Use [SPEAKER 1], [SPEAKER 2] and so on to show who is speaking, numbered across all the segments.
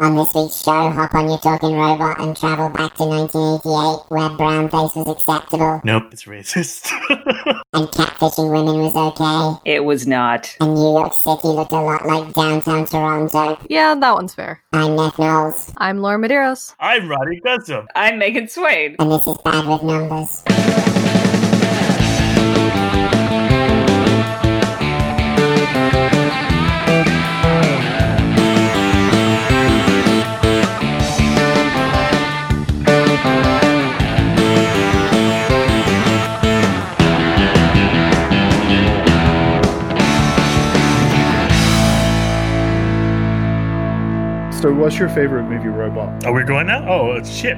[SPEAKER 1] On this week's show, hop on your talking robot and travel back to 1988, where brownface was acceptable
[SPEAKER 2] Nope, it's racist.
[SPEAKER 1] and catfishing women was okay,
[SPEAKER 3] It was not.
[SPEAKER 1] and New York City looked a lot like downtown Toronto.
[SPEAKER 4] Yeah, that one's fair.
[SPEAKER 1] I'm Neth Knowles,
[SPEAKER 4] I'm Laura Medeiros.
[SPEAKER 2] I'm Roddy Gussum.
[SPEAKER 3] I'm Megan Swain.
[SPEAKER 1] and this is Bad with Numbers.
[SPEAKER 5] So, what's your favorite movie robot?
[SPEAKER 2] Are we going now? Oh, shit.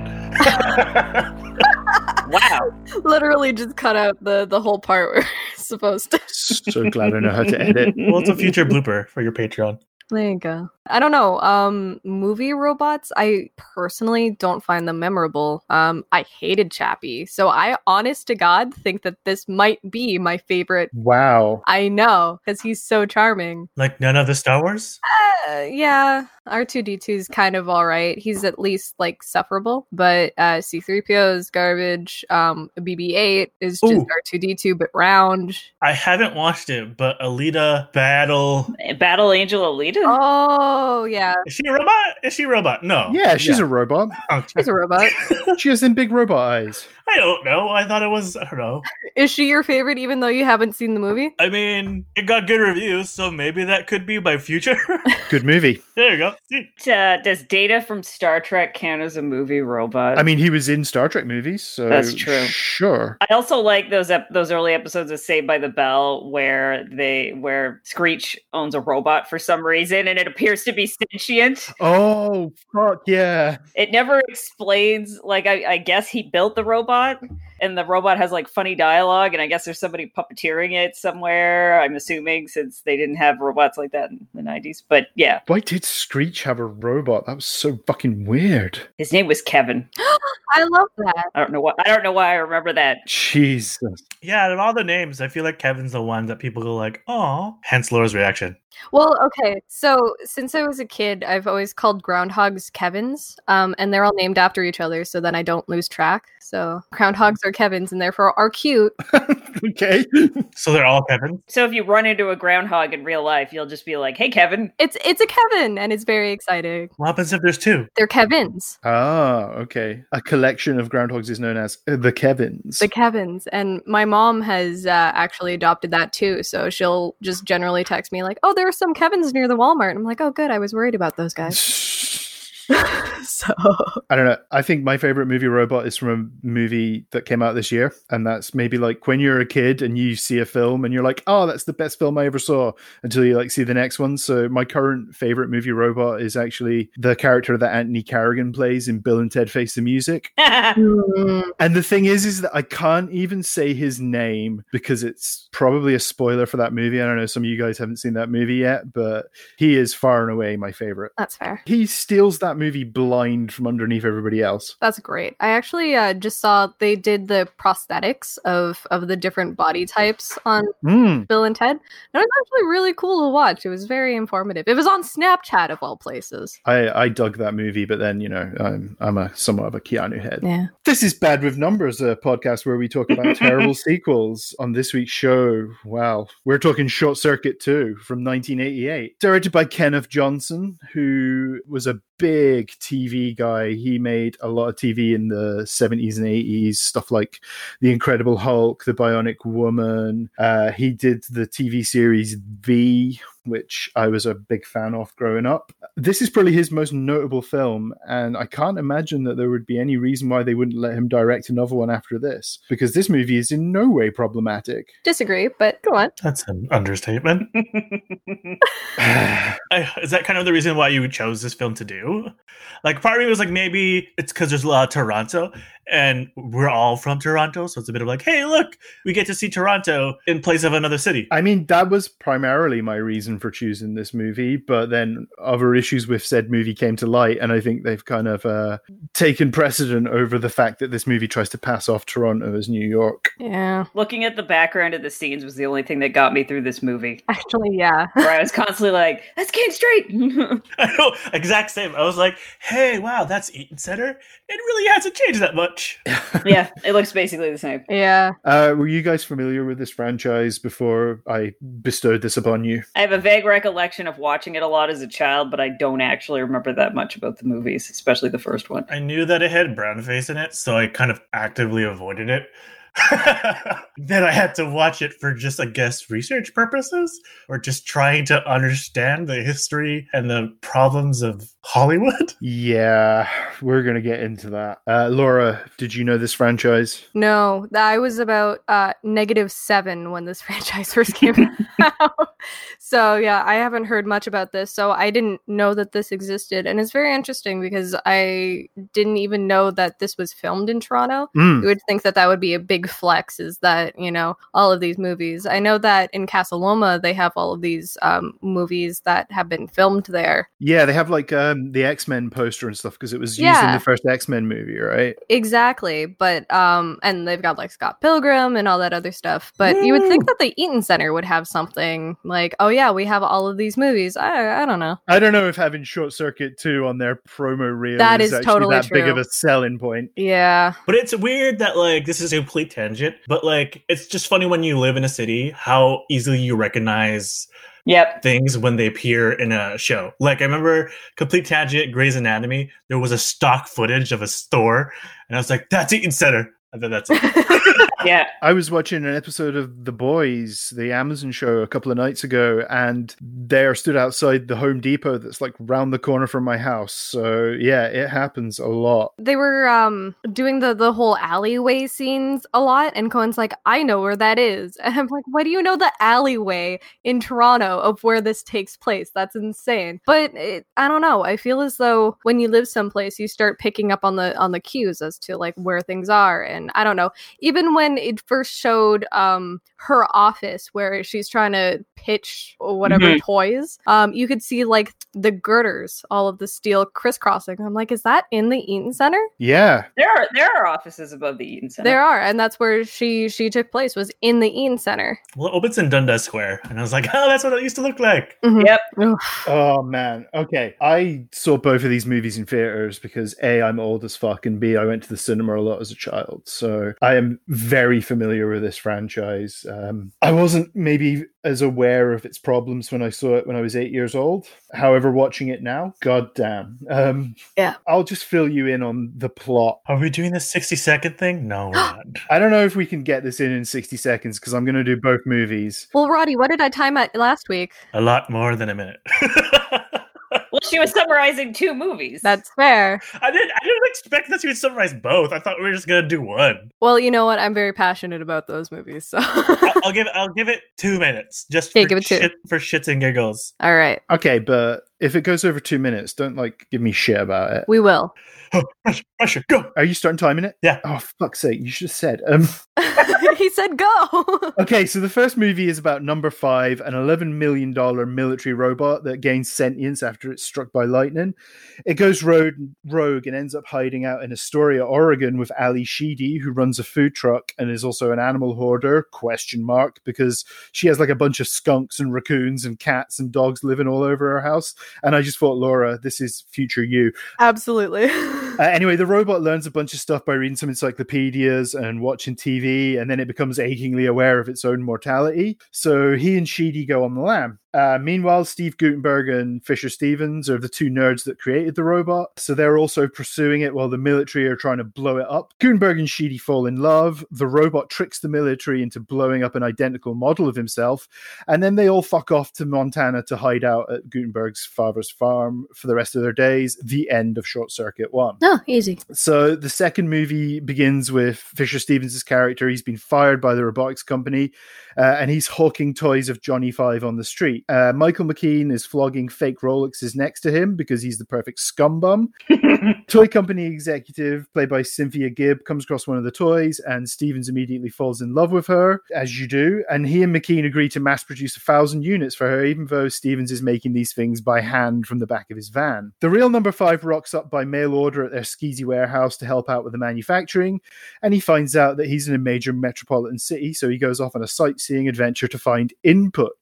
[SPEAKER 3] Wow.
[SPEAKER 4] Literally just cut out the, the whole part we're supposed to.
[SPEAKER 5] so glad I know how to edit.
[SPEAKER 2] Well, it's a future blooper for your Patreon.
[SPEAKER 4] There you go. I don't know. Um, movie robots, I personally don't find them memorable. Um, I hated Chappie. So I, honest to God, think that this might be my favorite.
[SPEAKER 5] Wow.
[SPEAKER 4] I know, because he's so charming.
[SPEAKER 2] Like none of the Star Wars?
[SPEAKER 4] Uh, yeah, R2D2 is kind of all right. He's at least like sufferable, but uh, C3PO is garbage. Um, BB8 is just
[SPEAKER 2] Ooh.
[SPEAKER 4] R2D2 but round.
[SPEAKER 2] I haven't watched it, but Alita Battle.
[SPEAKER 3] Battle Angel Alita?
[SPEAKER 4] Oh, yeah.
[SPEAKER 2] Is she a robot? Is she a robot? No.
[SPEAKER 5] Yeah, she's a robot.
[SPEAKER 2] Oh,
[SPEAKER 4] She's a robot.
[SPEAKER 5] She has them big robot eyes.
[SPEAKER 2] I don't know. I thought it was. I don't know.
[SPEAKER 4] is she your favorite even though you haven't seen the movie?
[SPEAKER 2] I mean, it got good reviews, so maybe that could be my future.
[SPEAKER 5] Good movie.
[SPEAKER 2] there you go. See?
[SPEAKER 3] Uh, does Data from Star Trek count as a movie robot?
[SPEAKER 5] I mean, he was in Star Trek movies, so
[SPEAKER 3] That's true.
[SPEAKER 5] Sure.
[SPEAKER 3] I also like those ep- those early episodes of Saved by the Bell where they where Screech owns a robot for some reason and it appears to be sentient.
[SPEAKER 5] Oh fuck yeah!
[SPEAKER 3] It never explains like I, I guess he built the robot and the robot has like funny dialogue and I guess there's somebody puppeteering it somewhere. I'm assuming since they didn't have robots like that in the 90s. But yeah,
[SPEAKER 5] Why did Screech have a robot? That was so fucking weird.
[SPEAKER 3] his name was Kevin.
[SPEAKER 4] I love that.
[SPEAKER 3] I don't know why I don't know why I remember that.
[SPEAKER 5] Jesus.
[SPEAKER 2] Yeah, out of all the names, I feel like Kevin's the one that people go like, "Oh." Hence Laura's reaction.
[SPEAKER 4] Well, okay. So since I was a kid, I've always called groundhogs Kevins, um, and they're all named after each other, so then I don't lose track. So groundhogs are Kevins, and therefore are cute.
[SPEAKER 5] okay.
[SPEAKER 2] So they're all Kevin.
[SPEAKER 3] So if you run into a groundhog in real life, you'll just be like, "Hey, Kevin."
[SPEAKER 4] It's it's a Kevin, and it's very exciting.
[SPEAKER 2] What happens if there's two?
[SPEAKER 4] They're Kevins,
[SPEAKER 5] Ah, okay. A collection of groundhogs is known as uh, the Kevins.
[SPEAKER 4] the Kevins, and my mom has uh, actually adopted that too. So she'll just generally text me like, "Oh, there are some Kevins near the Walmart." I'm like, "Oh, good. I was worried about those guys." so
[SPEAKER 5] I don't know. I think my favorite movie robot is from a movie that came out this year. And that's maybe like when you're a kid and you see a film and you're like, oh, that's the best film I ever saw until you like see the next one. So my current favorite movie robot is actually the character that Anthony Carrigan plays in Bill and Ted Face the Music.
[SPEAKER 4] Mm,
[SPEAKER 5] And the thing is, is that I can't even say his name because it's probably a spoiler for that movie. I don't know. Some of you guys haven't seen that movie yet, but he is far and away my favorite.
[SPEAKER 4] that's fair.
[SPEAKER 5] He steals that movie blind from underneath everybody else.
[SPEAKER 4] That's great. I actually uh, just saw they did the prosthetics of of the different body types on
[SPEAKER 5] Mm.
[SPEAKER 4] Bill and Ted. And it was actually really cool to watch. It was very informative. It was on Snapchat of all places.
[SPEAKER 5] I, I dug that movie, but then you know I'm I'm a somewhat of a Keanu head.
[SPEAKER 4] Yeah.
[SPEAKER 5] This is Bad with Numbers, a podcast where we talk about terrible sequels. On this week's show, wow, we're talking Short Circuit 2 from 1988, directed by Kenneth Johnson, who was a big TV guy. He made a lot of TV in the 70s and 80s, stuff like The Incredible Hulk, The Bionic Woman. Uh, he did the TV series V. Which I was a big fan of growing up. This is probably his most notable film, and I can't imagine that there would be any reason why they wouldn't let him direct another one after this, because this movie is in no way problematic.
[SPEAKER 4] Disagree, but go on.
[SPEAKER 2] That's an understatement. I, is that kind of the reason why you chose this film to do? Like, part of me was like, maybe it's because there's a lot of Toronto, and we're all from Toronto, so it's a bit of like, hey, look, we get to see Toronto in place of another city.
[SPEAKER 5] I mean, that was primarily my reason for choosing this movie, but then other issues with said movie came to light, and I think they've kind of uh, taken precedent over the fact that this movie tries to pass off Toronto as New York.
[SPEAKER 4] Yeah.
[SPEAKER 3] Looking at the background of the scenes was the only thing that got me through this movie.
[SPEAKER 4] Actually, yeah.
[SPEAKER 3] Where I was constantly like, "That's King Street."
[SPEAKER 2] I know, exact same. I was like, hey, wow, that's Eaton Center. It really hasn't changed that much.
[SPEAKER 3] yeah, it looks basically the same.
[SPEAKER 4] Yeah.
[SPEAKER 5] Uh, were you guys familiar with this franchise before I bestowed this upon you?
[SPEAKER 3] I have a vague recollection of watching it a lot as a child, but I don't actually remember that much about the movies, especially the first one.
[SPEAKER 2] I knew that it had brown face in it, so I kind of actively avoided it. then I had to watch it for just, I guess, research purposes or just trying to understand the history and the problems of Hollywood.
[SPEAKER 5] Yeah, we're going to get into that. Uh, Laura, did you know this franchise?
[SPEAKER 4] No, th- I was about uh, negative seven when this franchise first came out. So, yeah, I haven't heard much about this. So, I didn't know that this existed. And it's very interesting because I didn't even know that this was filmed in Toronto.
[SPEAKER 5] Mm.
[SPEAKER 4] You would think that that would be a big flex, is that, you know, all of these movies. I know that in Casa Loma, they have all of these um, movies that have been filmed there.
[SPEAKER 5] Yeah, they have like um, the X Men poster and stuff because it was used in
[SPEAKER 4] Yeah.
[SPEAKER 5] the first X Men movie, right?
[SPEAKER 4] Exactly. But um and they've got like Scott Pilgrim and all that other stuff. But you would think that the Eaton Center would have something like, oh yeah, we have all of these movies. I I don't know.
[SPEAKER 5] I don't know if having Short Circuit 2 on their promo reel
[SPEAKER 4] That
[SPEAKER 5] is,
[SPEAKER 4] is
[SPEAKER 5] actually
[SPEAKER 4] totally
[SPEAKER 5] that big of
[SPEAKER 4] true.
[SPEAKER 5] a selling point.
[SPEAKER 4] Yeah.
[SPEAKER 2] But it's weird that, like, this is a complete tangent, but, like, it's just funny when you live in a city how easily you recognize
[SPEAKER 3] Yep.
[SPEAKER 2] things when they appear in a show. Like I remember Complete Tangent, Grey's Anatomy, there was a stock footage of a store, and I was like, that's Eaton Center. I thought that's it.
[SPEAKER 3] Yeah.
[SPEAKER 5] I was watching an episode of The Boys, the Amazon show, a couple of nights ago, and there stood outside the Home Depot that's like round the corner from my house. So, yeah, it happens a lot.
[SPEAKER 4] they were um doing the the whole alleyway scenes a lot and Cohen's like, I know where that is. And I'm like, why do you know the alleyway in Toronto of where this takes place? That's insane. But it, I don't know. I feel as though when you live someplace, you start picking up on the on the cues as to like where things are and I don't know. Even when it first showed um her office where she's trying to pitch or whatever
[SPEAKER 3] Mhm.
[SPEAKER 4] toys, um you could see like the girders, all of the steel crisscrossing. I'm like, is that in the Eaton Center?
[SPEAKER 5] Yeah.
[SPEAKER 3] There are there are offices above the Eaton Center.
[SPEAKER 4] There are, and that's where she she took place was in the Eaton Center.
[SPEAKER 2] well, it opens in Dundas Square, and I was like, oh, that's what it used to look like.
[SPEAKER 3] Yep.
[SPEAKER 5] Oh, man. Okay. I saw both of these movies in theaters because A, I'm old as fuck, and B, I went to the cinema a lot as a child. So I am very familiar with this franchise. Um, I wasn't maybe as aware of its problems when I saw it when I was eight years old. However, watching it now, goddamn. Um,
[SPEAKER 4] Yeah.
[SPEAKER 5] I'll just fill you in on the plot.
[SPEAKER 2] Are we doing this 60 second thing? No, we're not.
[SPEAKER 5] I don't know if we can get this in in 60 seconds because I'm going to do both movies.
[SPEAKER 4] Well, Roddy, what did I time at last week?
[SPEAKER 2] a lot more than a minute.
[SPEAKER 3] Well, she was summarizing two movies.
[SPEAKER 4] That's fair.
[SPEAKER 2] I didn't. I didn't expect that you would summarize both. I thought we were just gonna do one.
[SPEAKER 4] Well, you know what? I'm very passionate about those movies. So,
[SPEAKER 2] I- I'll give. I'll give it two minutes. Just
[SPEAKER 4] Okay,
[SPEAKER 2] for
[SPEAKER 4] give it two.
[SPEAKER 2] shit, for shits and giggles.
[SPEAKER 4] all right,
[SPEAKER 5] Okay, but if it goes over two minutes, don't like give me shit about it.
[SPEAKER 4] we will.
[SPEAKER 2] Oh, pressure, pressure, go.
[SPEAKER 5] Are you starting timing it?
[SPEAKER 2] Yeah.
[SPEAKER 5] Oh, fuck's sake. You should have said. Um,
[SPEAKER 4] he said go.
[SPEAKER 5] okay, so the first movie is about number five, an $11 million military robot that gains sentience after it's struck by lightning. It goes rogue, rogue and ends up hiding out in Astoria, Oregon with Ali Sheedy, who runs a food truck and is also an animal hoarder, question mark, because she has like a bunch of skunks and raccoons and cats and dogs living all over her house. And I just thought, Laura, this is future you.
[SPEAKER 4] Absolutely.
[SPEAKER 5] Uh, anyway, the robot learns a bunch of stuff by reading some encyclopedias and watching TV, and then it becomes achingly aware of its own mortality. So he and Sheedy go on the lam. Uh, meanwhile, Steve Gutenberg and Fisher Stevens are the two nerds that created the robot. So they're also pursuing it while the military are trying to blow it up. Gutenberg and Sheedy fall in love. The robot tricks the military into blowing up an identical model of himself. And then they all fuck off to Montana to hide out at Gutenberg's father's farm for the rest of their days. The end of Short Circuit 1.
[SPEAKER 6] Oh, easy.
[SPEAKER 5] So the second movie begins with Fisher Stevens' character. He's been fired by the robotics company, uh, and he's hawking toys of Johnny Five on the street. Uh, Michael McKean is flogging fake Rolexes next to him because he's the perfect scumbum. Toy company executive, played by Cynthia Gibb, comes across one of the toys, and Stevens immediately falls in love with her, as you do. And he and McKean agree to mass produce a thousand units for her, even though Stevens is making these things by hand from the back of his van. The real number five rocks up by mail order at their skeezy warehouse to help out with the manufacturing, and he finds out that he's in a major metropolitan city, so he goes off on a sightseeing adventure to find input.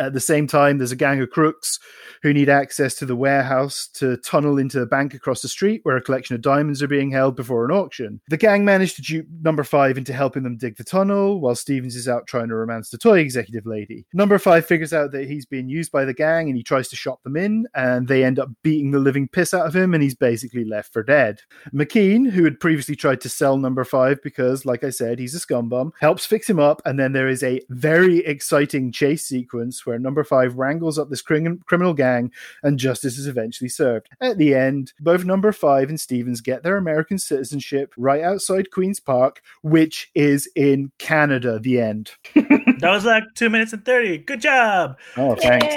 [SPEAKER 5] At the same time, there's a gang of crooks who need access to the warehouse to tunnel into a bank across the street where a collection of diamonds are being held before an auction. The gang managed to dupe Number Five into helping them dig the tunnel while Stevens is out trying to romance the toy executive lady. Number Five figures out that he's being used by the gang and he tries to shop them in, and they end up beating the living piss out of him and he's basically left for dead. McKean, who had previously tried to sell number five because, like I said, he's a scumbum, helps fix him up. And then there is a very exciting chase sequence where number five wrangles up this crim- criminal gang and justice is eventually served. At the end, both number five and Stevens get their American citizenship right outside Queen's Park, which is in Canada. The end.
[SPEAKER 2] That was like two minutes and 30. Good job.
[SPEAKER 5] Oh, thanks.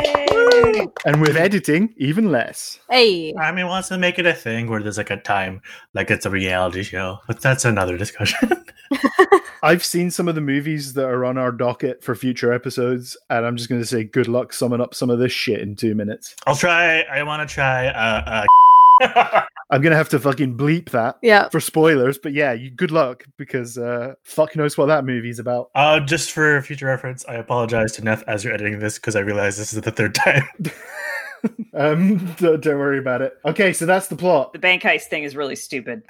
[SPEAKER 5] And with editing, even less.
[SPEAKER 4] Hey.
[SPEAKER 2] I mean, wants to make it a thing where there's like a time, like it's a reality show, but that's another discussion.
[SPEAKER 5] I've seen some of the movies that are on our docket for future episodes, and I'm just going to say good luck summing up some of this shit in two minutes.
[SPEAKER 2] I'll try. I want to try. Uh, uh,
[SPEAKER 5] I'm going to have to fucking bleep that
[SPEAKER 4] Yeah.
[SPEAKER 5] for spoilers, but yeah, you, good luck because uh, fuck knows what that movie's about.
[SPEAKER 2] uh, just for future reference, I apologize to Neff as you're editing this because I realize this is the third time.
[SPEAKER 5] um, don't, don't worry about it. Okay, so that's the plot.
[SPEAKER 3] The bank heist thing is really stupid.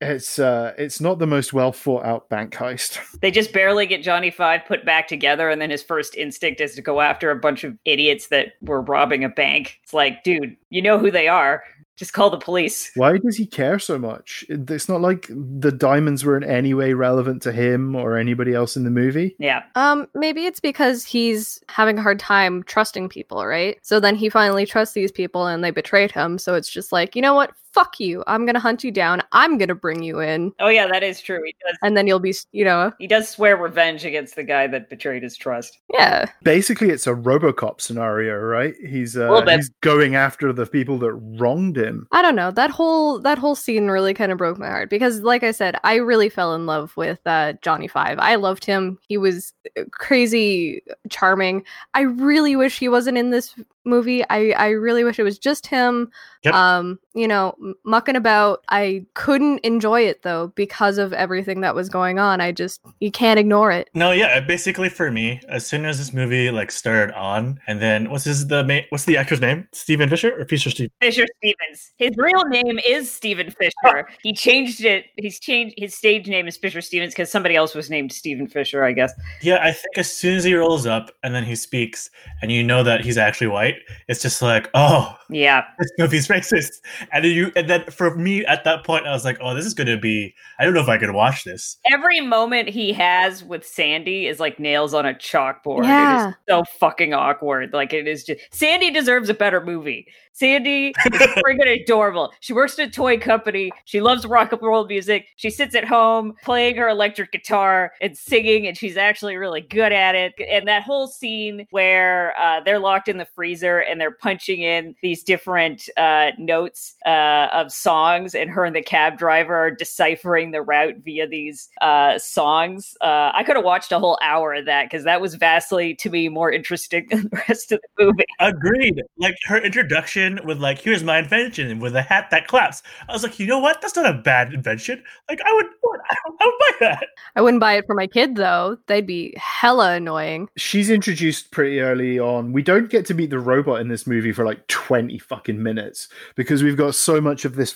[SPEAKER 5] It's uh, it's not the most well thought out bank heist.
[SPEAKER 3] They just barely get Johnny Five put back together, and then his first instinct is to go after a bunch of idiots that were robbing a bank. It's like, dude, you know who they are. Just call the police.
[SPEAKER 5] Why does he care so much? It's not like the diamonds were in any way relevant to him or anybody else in the movie.
[SPEAKER 3] Yeah.
[SPEAKER 4] Um, maybe it's because he's having a hard time trusting people, right? So then he finally trusts these people and they betrayed him. So it's just like, you know what? Fuck you. I'm going to hunt you down. I'm going to bring you in.
[SPEAKER 3] Oh yeah, that is true. He does.
[SPEAKER 4] And then you'll be, s- you know,
[SPEAKER 3] He does swear revenge against the guy that betrayed his trust.
[SPEAKER 4] yeah.
[SPEAKER 5] Basically, it's a RoboCop scenario, right? He's uh,
[SPEAKER 3] Little bit.
[SPEAKER 5] he's going after the people that wronged him.
[SPEAKER 4] I don't know. That whole that whole scene really kind of broke my heart because like I said, I really fell in love with uh Johnny 5. I loved him. He was uh, crazy uh, charming. I really wish he wasn't in this movie. I I really wish it was just him
[SPEAKER 2] Yep.
[SPEAKER 4] um you know m- mucking about. I couldn't enjoy it though because of everything that was going on. I just you can't ignore it.
[SPEAKER 2] No, yeah, uh, basically for me, as soon as this movie like started on, and then what's his the ma- what's the actor's name? Steven Fisher or Fisher Steve?
[SPEAKER 3] Fisher Stevens. His real name is Stephen Fisher. He changed it. He's changed his stage name is Fisher Stevens because somebody else was named Stephen Fisher, I guess.
[SPEAKER 2] Yeah, I think as soon as he rolls up and then he speaks, and you know that he's actually white, it's just like, oh,
[SPEAKER 3] Yeah.
[SPEAKER 2] this movie's racist. And then you, and then for me at that point, I was like, oh, this is gonna be. I don't know if I could watch this.
[SPEAKER 3] Every moment he has with Sandy is like nails on a chalkboard. It
[SPEAKER 4] Yeah.
[SPEAKER 3] is so fucking awkward. Like it is just Sandy deserves a better movie. Sandy is friggin' adorable. She works at a toy company. She loves rock and roll music. She sits at home playing her electric guitar and singing, and she's actually really good at it. And that whole scene where uh, they're locked in the freezer and they're punching in these different uh, notes uh, of songs, and her and the cab driver are deciphering the route via these uh, songs. Uh, I could have watched a whole hour of that because that was vastly, to me, more interesting than the rest of the movie.
[SPEAKER 2] Agreed. Like her introduction with like, here's my invention with a hat that claps. I was like, you know what? That's not a bad invention. Like I would, I would, I would buy that.
[SPEAKER 4] I wouldn't buy it for my kid though. They'd be hella annoying.
[SPEAKER 5] she's introduced pretty early on. We don't get to meet the robot in this movie for like 20 fucking minutes because we've got so much of this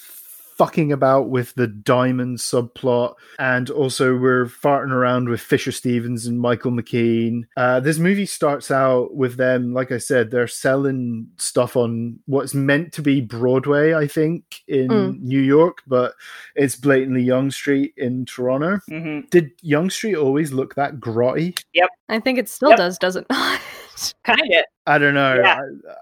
[SPEAKER 5] fucking about with the diamond subplot and also we're farting around with Fisher Stevens and Michael McKean. Uh, this movie starts out with them like I said they're selling stuff on what's meant to be Broadway I think in
[SPEAKER 4] Mm.
[SPEAKER 5] New York but it's blatantly Young Street in Toronto.
[SPEAKER 3] hmm
[SPEAKER 5] Did Young Street always look that grotty?
[SPEAKER 4] I think it still
[SPEAKER 3] Yep.
[SPEAKER 4] does, does it not?
[SPEAKER 3] Kind of.
[SPEAKER 5] I don't know.
[SPEAKER 3] Yeah.
[SPEAKER 5] I-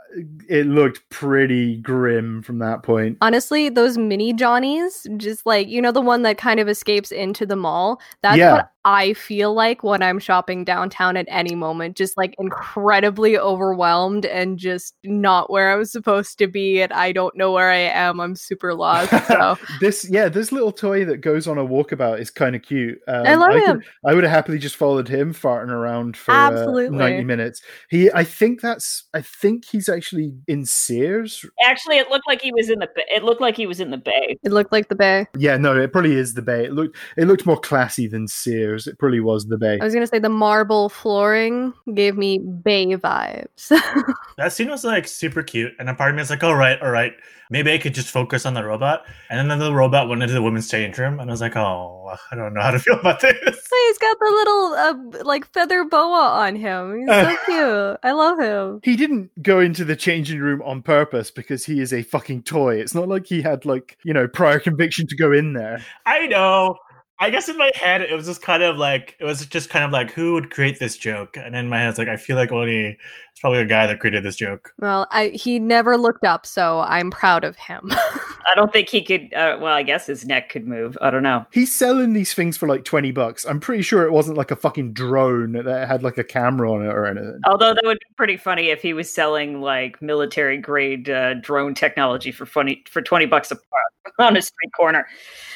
[SPEAKER 5] it looked pretty grim from that point.
[SPEAKER 4] Honestly, those mini Johnnies, just like, you know, the one that kind of escapes into the mall, that's
[SPEAKER 5] Yeah.
[SPEAKER 4] what I feel like when I'm shopping downtown at any moment. Just like incredibly overwhelmed and just not where I'm supposed to be. And I don't know where I am. I'm super lost. So
[SPEAKER 5] This, yeah, this little toy that goes on a walkabout is kind of cute. Um,
[SPEAKER 4] I love
[SPEAKER 5] could-
[SPEAKER 4] him.
[SPEAKER 5] I would have happily just followed him farting around for uh,
[SPEAKER 4] Absolutely.
[SPEAKER 5] ninety minutes. He, I think that's, I think he's actually in Sears.
[SPEAKER 3] Actually, it looked like he was in the. ba- It looked like he was in the bay.
[SPEAKER 4] It looked like the bay.
[SPEAKER 5] Yeah, no, it probably is the Bay. It looked, it looked more classy than Sears. It probably was the Bay.
[SPEAKER 4] I was going to say the marble flooring gave me bay vibes.
[SPEAKER 2] That scene was like super cute, and a part of me was like, "All right, all right, maybe I could just focus on the robot." And then the robot went into the women's change room, and I was like, "Oh, I don't know how to feel about this."
[SPEAKER 4] He's got the little uh, like feather boa on him. He's so cute. I love him.
[SPEAKER 5] he didn't go into the changing room on purpose because he is a fucking toy. It's not like he had like you know prior conviction to go in there.
[SPEAKER 2] I know. I guess in my head it was just kind of like it was just kind of like who would create this joke, and in my head it's like I feel like only it's probably a guy that created this joke.
[SPEAKER 4] Well, I, he never looked up, so I'm proud of him.
[SPEAKER 3] I don't think he could. Uh, well, I guess his neck could move. I don't know.
[SPEAKER 5] He's selling these things for like twenty bucks. I'm pretty sure it wasn't like a fucking drone that had like a camera on it or anything.
[SPEAKER 3] Although that would be pretty funny if he was selling like military grade uh, drone technology for funny for twenty bucks a pop on a street corner.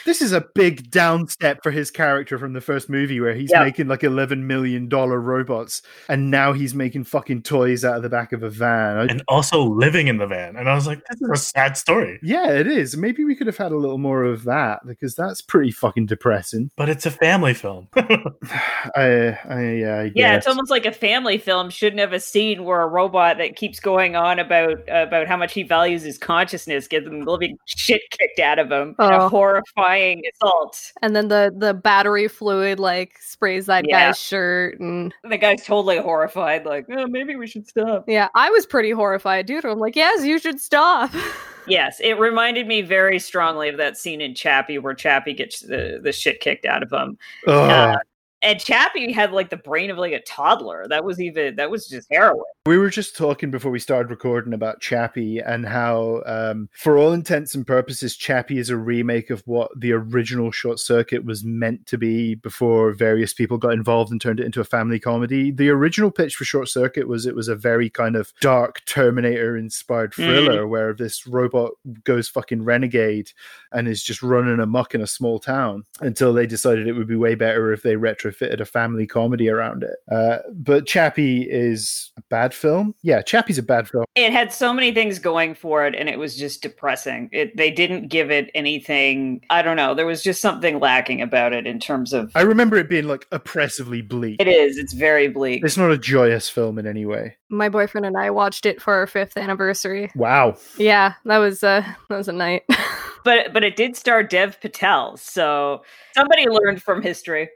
[SPEAKER 5] This is a big down step for his character from the first movie where he's
[SPEAKER 3] Yeah.
[SPEAKER 5] making like eleven million dollar robots, and now he's making fucking toys out of the back of a van. I-
[SPEAKER 2] and also living in the van. And I was like, this is a sad story,
[SPEAKER 5] yeah, it is. Maybe we could have had a little more of that because that's pretty fucking depressing.
[SPEAKER 2] but it's a family film.
[SPEAKER 5] I, I, I
[SPEAKER 3] Yeah, it's
[SPEAKER 5] guess.
[SPEAKER 3] almost like a family film shouldn't have a scene where a robot that keeps going on about about how much he values his consciousness gets him living shit kicked out of him. in
[SPEAKER 4] Oh.
[SPEAKER 3] A horrifying assault.
[SPEAKER 4] and then the the battery fluid like sprays that
[SPEAKER 3] Yeah.
[SPEAKER 4] guy's shirt, and
[SPEAKER 3] The guy's totally horrified. Like, oh, maybe we should stop.
[SPEAKER 4] yeah, I was pretty horrified, dude. I'm like, yes, you should stop.
[SPEAKER 3] Yes, it reminded me very strongly of that scene in Chappie where Chappie gets the, the shit kicked out of him.
[SPEAKER 5] Ugh.
[SPEAKER 3] Uh, and Chappie had like the brain of like a toddler. That was even that was just heroin.
[SPEAKER 5] We were just talking before we started recording about Chappie and how, um, for all intents and purposes, Chappie is a remake of what the original Short Circuit was meant to be before various people got involved and turned it into a family comedy. The original pitch for Short Circuit was it was a very kind of dark Terminator inspired thriller where this robot goes fucking renegade and is just running amok in a small town until they decided it would be way better if they retrofitted a family comedy around it. Uh, but Chappie is a bad film. Yeah, Chappie's a bad film.
[SPEAKER 3] It had so many things going for it, and it was just depressing. It they didn't give it anything. I don't know. There was just something lacking about it in terms of.
[SPEAKER 5] I remember it being like oppressively bleak.
[SPEAKER 3] It is. It's very bleak.
[SPEAKER 5] It's not a joyous film in any way.
[SPEAKER 4] My boyfriend and I watched it for our fifth anniversary.
[SPEAKER 5] Wow.
[SPEAKER 4] Yeah, that was uh, that was a night.
[SPEAKER 3] But but it did star Dev Patel, so somebody learned from history.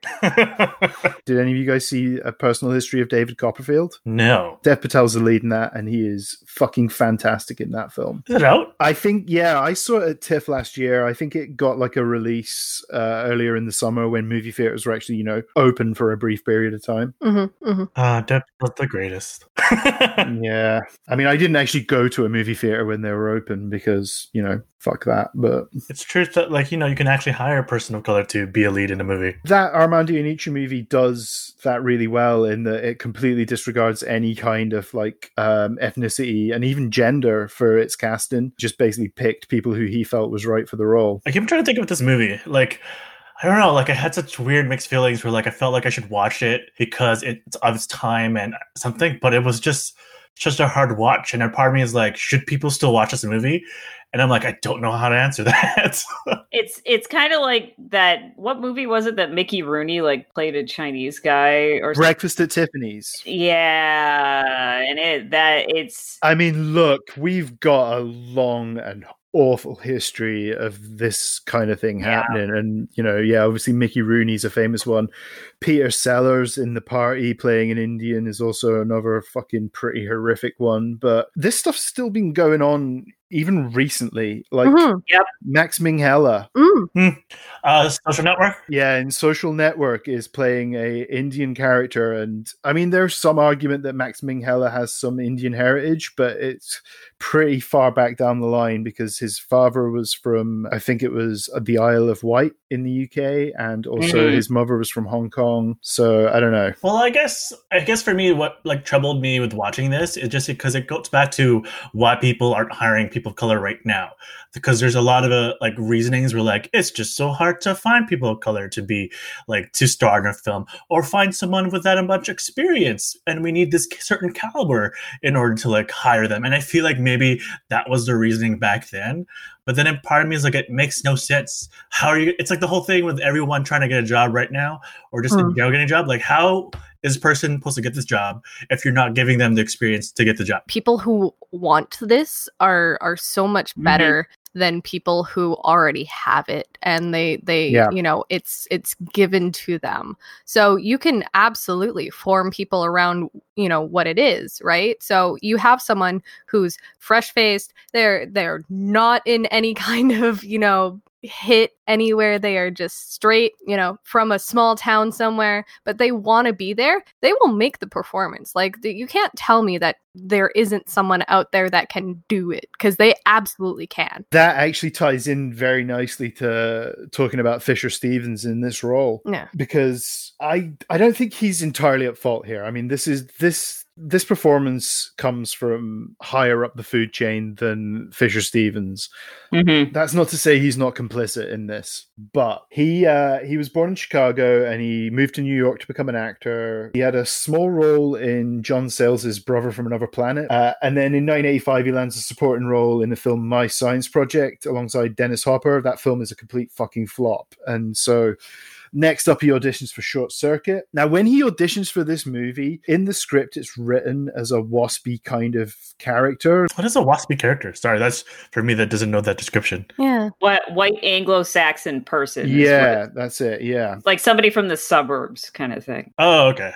[SPEAKER 5] Did any of you guys see A Personal History of David Copperfield?
[SPEAKER 2] no.
[SPEAKER 5] Dev Patel's the lead in that, and he is fucking fantastic in that film.
[SPEAKER 2] Is it out?
[SPEAKER 5] I think, yeah, I saw it at TIFF last year. I think it got like a release uh, earlier in the summer when movie theaters were actually, you know, open for a brief period of time.
[SPEAKER 4] hmm hmm
[SPEAKER 2] Uh, Depp was the greatest.
[SPEAKER 5] yeah. I mean, I didn't actually go to a movie theater when they were open because, you know, fuck that. But
[SPEAKER 2] it's true that, like, you know, you can actually hire a person of color to be a lead in a movie.
[SPEAKER 5] that Armando Iannucci movie does that really well in that it completely disregards any kind of like um, ethnicity and even gender for its casting. Just basically picked people who he felt was right for the role.
[SPEAKER 2] I keep trying to think of this movie. Like, I don't know. Like, I had such weird mixed feelings where, like, I felt like I should watch it because it's of its time and something, but it was just just a hard watch. And a part of me is like, should people still watch this movie? And I'm like, I don't know how to answer that.
[SPEAKER 3] It's it's kind of like that. What movie was it that Mickey Rooney like played a Chinese guy or? something?
[SPEAKER 5] Breakfast at Tiffany's.
[SPEAKER 3] Yeah, and it that it's
[SPEAKER 5] I mean, look, we've got a long and awful history of this kind of thing
[SPEAKER 3] Yeah.
[SPEAKER 5] happening. And, you know, yeah, obviously Mickey Rooney's a famous one. Peter Sellers in The Party playing an Indian is also another fucking pretty horrific one. But this stuff's still been going on even recently, like
[SPEAKER 4] Mhm.
[SPEAKER 5] Max Minghella,
[SPEAKER 4] Mm.
[SPEAKER 2] Uh, social network.
[SPEAKER 5] yeah, in Social Network is playing a Indian character, and I mean, there's some argument that Max Minghella has some Indian heritage, but it's pretty far back down the line because his father was from, I think it was uh, the Isle of Wight in the UK, and also
[SPEAKER 3] Mm.
[SPEAKER 5] his mother was from Hong Kong. So I don't know.
[SPEAKER 2] Well, I guess I guess for me, what like troubled me with watching this is just because it goes back to why people aren't hiring people of color right now, because there's a lot of uh, like reasonings where like it's just so hard to find people of color to be like to star in a film or find someone with that much experience, and we need this certain caliber in order to like hire them. And I feel like maybe that was the reasoning back then. But then in part of me is like it makes no sense. How are you? It's like the whole thing with everyone trying to get a job right now or just in
[SPEAKER 4] Hmm.
[SPEAKER 2] general getting a job? Like, how is a person supposed to get this job if you're not giving them the experience to get the job?
[SPEAKER 4] people who want this are are so much
[SPEAKER 3] Mhm.
[SPEAKER 4] better than people who already have it and they they
[SPEAKER 5] Yeah.
[SPEAKER 4] you know it's it's given to them so you can absolutely form people around you know what it is right so you have someone who's fresh faced they're they're not in any kind of you know hit anywhere they are just straight you know from a small town somewhere but they want to be there they will make the performance like the, you can't tell me that there isn't someone out there that can do it because they absolutely can
[SPEAKER 5] That actually ties in very nicely to talking about Fisher Stevens in this role.
[SPEAKER 4] Yeah.
[SPEAKER 5] Because I I don't think he's entirely at fault here. I mean, this is this this performance comes from higher up the food chain than Fisher Stevens.
[SPEAKER 3] Mm-hmm.
[SPEAKER 5] That's not to say he's not complicit in this, but he uh, he was born in Chicago and he moved to New York to become an actor. He had a small role in John Sayles' Brother from Another Planet, uh, and then in 1985 he lands a supporting role in the film My Science Project alongside Dennis Hopper. That film is a complete fucking flop, and so. Next up, he auditions for Short Circuit. Now, when he auditions for this movie, in the script, it's written as a waspy kind of character,
[SPEAKER 2] What is a waspy character? Sorry, that's for me that doesn't know that description.
[SPEAKER 4] yeah
[SPEAKER 3] What white Anglo-Saxon person? is what
[SPEAKER 5] Yeah,
[SPEAKER 3] it-
[SPEAKER 5] that's it. Yeah.
[SPEAKER 3] like somebody from the suburbs, kind of thing.
[SPEAKER 2] Oh, okay.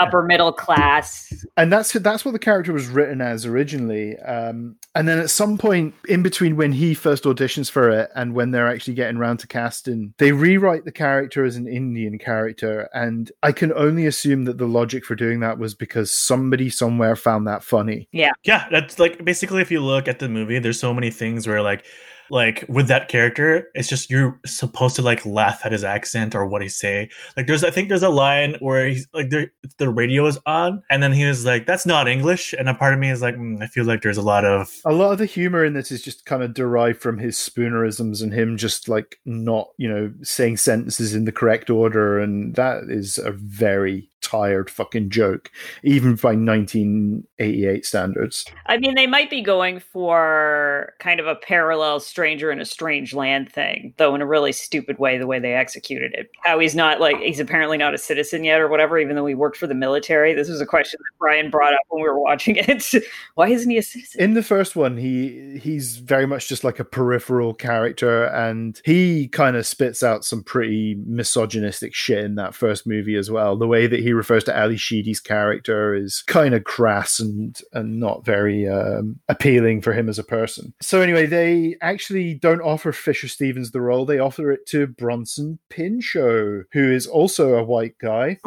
[SPEAKER 3] Upper middle class.
[SPEAKER 5] And that's that's what the character was written as originally. Um, and then at some point in between when he first auditions for it and when they're actually getting round to casting, they rewrite the character as an Indian character. And I can only assume that the logic for doing that was because somebody somewhere found that funny.
[SPEAKER 2] Yeah, that's like basically if you look at the movie, there's so many things where like like with that character, it's just you're supposed to like laugh at his accent or what he say. Like there's I think there's a line where he's like there the radio is on and then he was like, That's not English and a part of me is like, mm, I feel like there's a lot of
[SPEAKER 5] A lot of the humor in this is just kind of derived from his spoonerisms and him just like not, you know, saying sentences in the correct order. And that is a very tired fucking joke, even by 1988 standards.
[SPEAKER 3] I mean, they might be going for kind of a parallel stranger in a strange land thing, though in a really stupid way, the way they executed it. How he's not like, he's apparently not a citizen yet or whatever, even though he worked for the military. This was a question that Brian brought up when we were watching it. Why isn't he a citizen?
[SPEAKER 5] In the first one, he he's very much just like a peripheral character, and he kind of spits out some pretty misogynistic shit in that first movie as well. The way that he refers to Ali Sheedy's character is kind of crass and and not very um, appealing for him as a person. So anyway, they actually don't offer Fisher Stevens the role; they offer it to Bronson Pinchot, who is also a white guy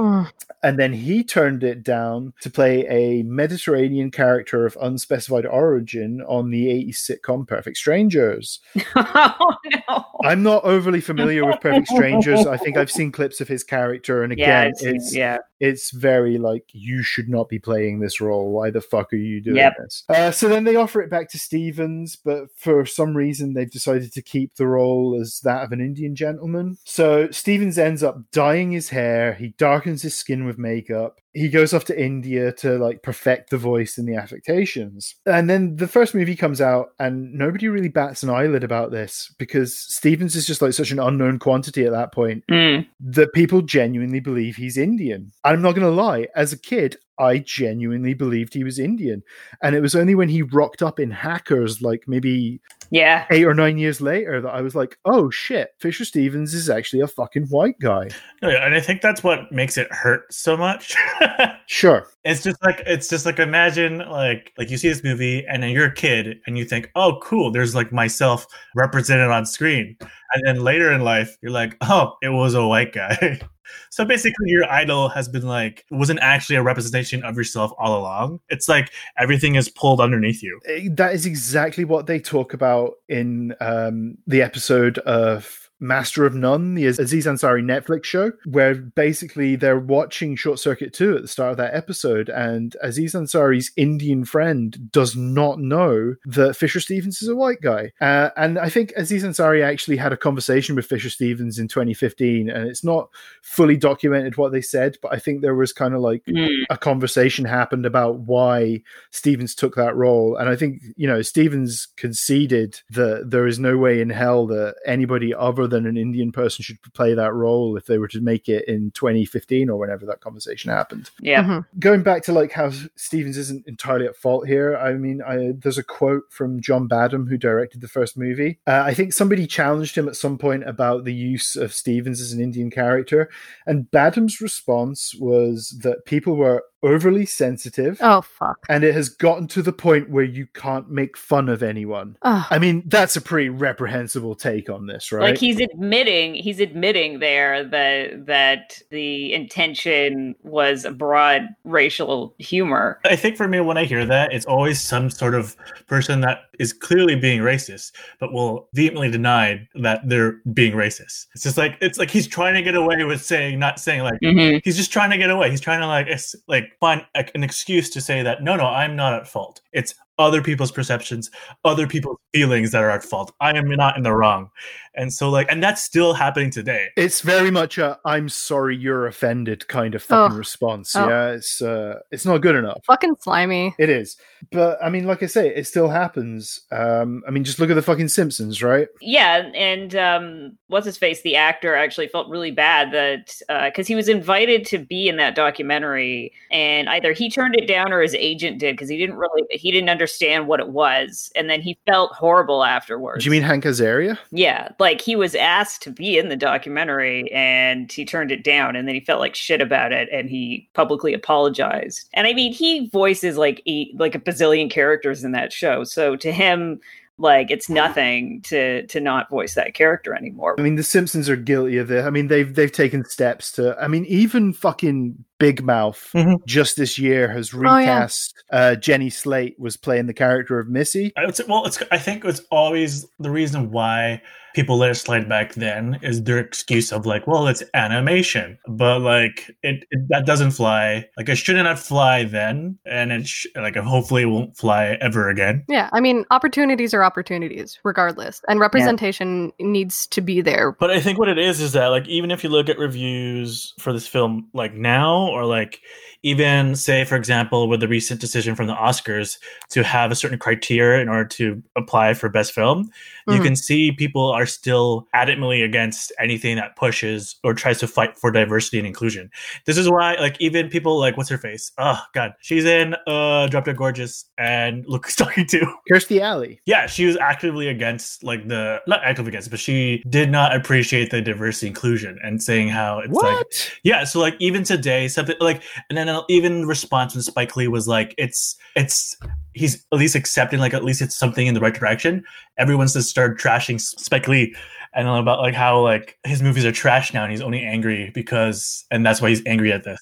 [SPEAKER 5] and then he turned it down to play a Mediterranean character of unspecified origin on the 80s sitcom Perfect Strangers.
[SPEAKER 3] oh, no.
[SPEAKER 5] I'm not overly familiar with Perfect Strangers. I think I've seen clips of his character, and
[SPEAKER 3] Yeah,
[SPEAKER 5] again,
[SPEAKER 3] it's-
[SPEAKER 5] it's
[SPEAKER 3] yeah.
[SPEAKER 5] it's very like you should not be playing this role. Why the fuck are you doing
[SPEAKER 3] Yep.
[SPEAKER 5] this? Uh, so then they offer it back to Stevens, but for some reason they've decided to keep the role as that of an Indian gentleman. So Stevens ends up dyeing his hair. He darkens his skin with makeup. He goes off to India to like perfect the voice and the affectations. And then the first movie comes out, and nobody really bats an eyelid about this because Stevens is just like such an unknown quantity at that point
[SPEAKER 3] Mm.
[SPEAKER 5] that people genuinely believe he's Indian. And I'm not going to lie, as a kid, I genuinely believed he was Indian. And it was only when he rocked up in Hackers, like maybe
[SPEAKER 3] Yeah.
[SPEAKER 5] eight or nine years later, that I was like, oh shit, Fisher Stevens is actually a fucking white guy.
[SPEAKER 2] Yeah, And I think that's what makes it hurt so much.
[SPEAKER 5] Sure.
[SPEAKER 2] it's just like it's just like imagine like like you see this movie and then you're a kid and you think, oh cool, there's like myself represented on screen. And then later in life, you're like, oh, it was a white guy. so basically your idol has been like wasn't actually a representation of yourself all along. It's like everything is pulled underneath you.
[SPEAKER 5] Eh, That is exactly what they talk about in um, the episode of. Master of None, the Aziz Ansari Netflix show, where basically they're watching Short Circuit 2 at the start of that episode, and Aziz Ansari's Indian friend does not know that Fisher Stevens is a white guy. Uh, and I think Aziz Ansari actually had a conversation with Fisher Stevens in 2015, and it's not fully documented what they said, but I think there was kind of like
[SPEAKER 3] Mm.
[SPEAKER 5] a conversation happened about why Stevens took that role. And I think, you know, Stevens conceded that there is no way in hell that anybody other than an Indian person should play that role if they were to make it in 2015 or whenever that conversation happened
[SPEAKER 3] Yeah.
[SPEAKER 4] Mhm.
[SPEAKER 5] going back to like how Stevens isn't entirely at fault here. I mean, I, there's a quote from John Badham who directed the first movie. Uh, I think somebody challenged him at some point about the use of Stevens as an Indian character, and Badham's response was that people were overly sensitive,
[SPEAKER 4] Oh fuck.
[SPEAKER 5] and it has gotten to the point where you can't make fun of anyone.
[SPEAKER 4] Ugh.
[SPEAKER 5] I mean, that's a pretty reprehensible take on this, right?
[SPEAKER 3] Like he's admitting, he's admitting there that that the intention was a broad racial humor.
[SPEAKER 2] I think for me, when I hear that, it's always some sort of person that is clearly being racist, but will vehemently deny that they're being racist. It's just like it's like he's trying to get away with saying not saying like
[SPEAKER 3] Mm-hmm.
[SPEAKER 2] he's just trying to get away. He's trying to like ex- like find a, an excuse to say that no, no, I'm not at fault. It's other people's perceptions, other people's feelings that are at fault. I am not in the wrong, and so like and that's still happening today.
[SPEAKER 5] it's very much a "I'm sorry, you're offended" kind of fucking
[SPEAKER 4] Oh.
[SPEAKER 5] response.
[SPEAKER 4] Oh.
[SPEAKER 5] Yeah, it's uh, it's not good enough.
[SPEAKER 4] Fucking slimy.
[SPEAKER 5] It is. But I mean, like I say, it still happens. Um, I mean, just look at the fucking Simpsons, right?
[SPEAKER 3] Yeah, and um, what's his face? The actor actually felt really bad that because he was invited to be in that documentary, and either he turned it down or his agent did because he didn't really he didn't understand what it was, and then he felt horrible afterwards.
[SPEAKER 5] Do you mean Hank Azaria?
[SPEAKER 3] Yeah, like he was asked to be in the documentary and he turned it down and then he felt like shit about it and he publicly apologized. And I mean, he voices like eight, like a bazillion characters in that show. So to him, like it's nothing to to not voice that character anymore.
[SPEAKER 5] I mean, the Simpsons are guilty of this. I mean, they've they've taken steps to. I mean, even fucking Big Mouth
[SPEAKER 2] Mhm.
[SPEAKER 5] just this year has
[SPEAKER 2] Oh,
[SPEAKER 4] yeah.
[SPEAKER 5] recast. uh, Jenny Slate was playing the character of Missy.
[SPEAKER 2] I would say, well, it's I think it's always the reason why people let it slide back then is their excuse of like, well, it's animation, but like it, it that doesn't fly. Like it shouldn't have fly then, and it sh- like hopefully it won't fly ever again.
[SPEAKER 4] Yeah, I mean, opportunities are opportunities, regardless, and representation needs to be there.
[SPEAKER 2] But I think what it is is that like even if you look at reviews for this film like now or like even say for example with the recent decision from the Oscars to have a certain criteria in order to apply for best film, you
[SPEAKER 4] Mhm.
[SPEAKER 2] can see people are still adamantly against anything that pushes or tries to fight for diversity and inclusion. This is why like even people like what's her face? Oh god, she's in uh Drop Dead Gorgeous and Look Who's Talking To.
[SPEAKER 5] Kirstie Alley.
[SPEAKER 2] Yeah, she was actively against like the not actively against, but she did not appreciate the diversity inclusion and saying how it's like
[SPEAKER 5] What?
[SPEAKER 2] yeah. So like even today, something like and then uh, even the response when Spike Lee was like it's it's he's at least accepting like at least it's something in the right direction. Everyone's just started trashing S- Spike Lee and all about like how like his movies are trash now and he's only angry because and that's why he's angry at this.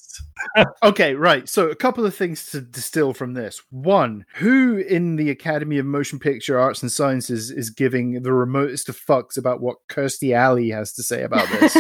[SPEAKER 5] Okay, right. So a couple of things to distill from this. One, who in the Academy of Motion Picture Arts and Sciences is giving the remotest of fucks about what Kirstie Alley has to say about this?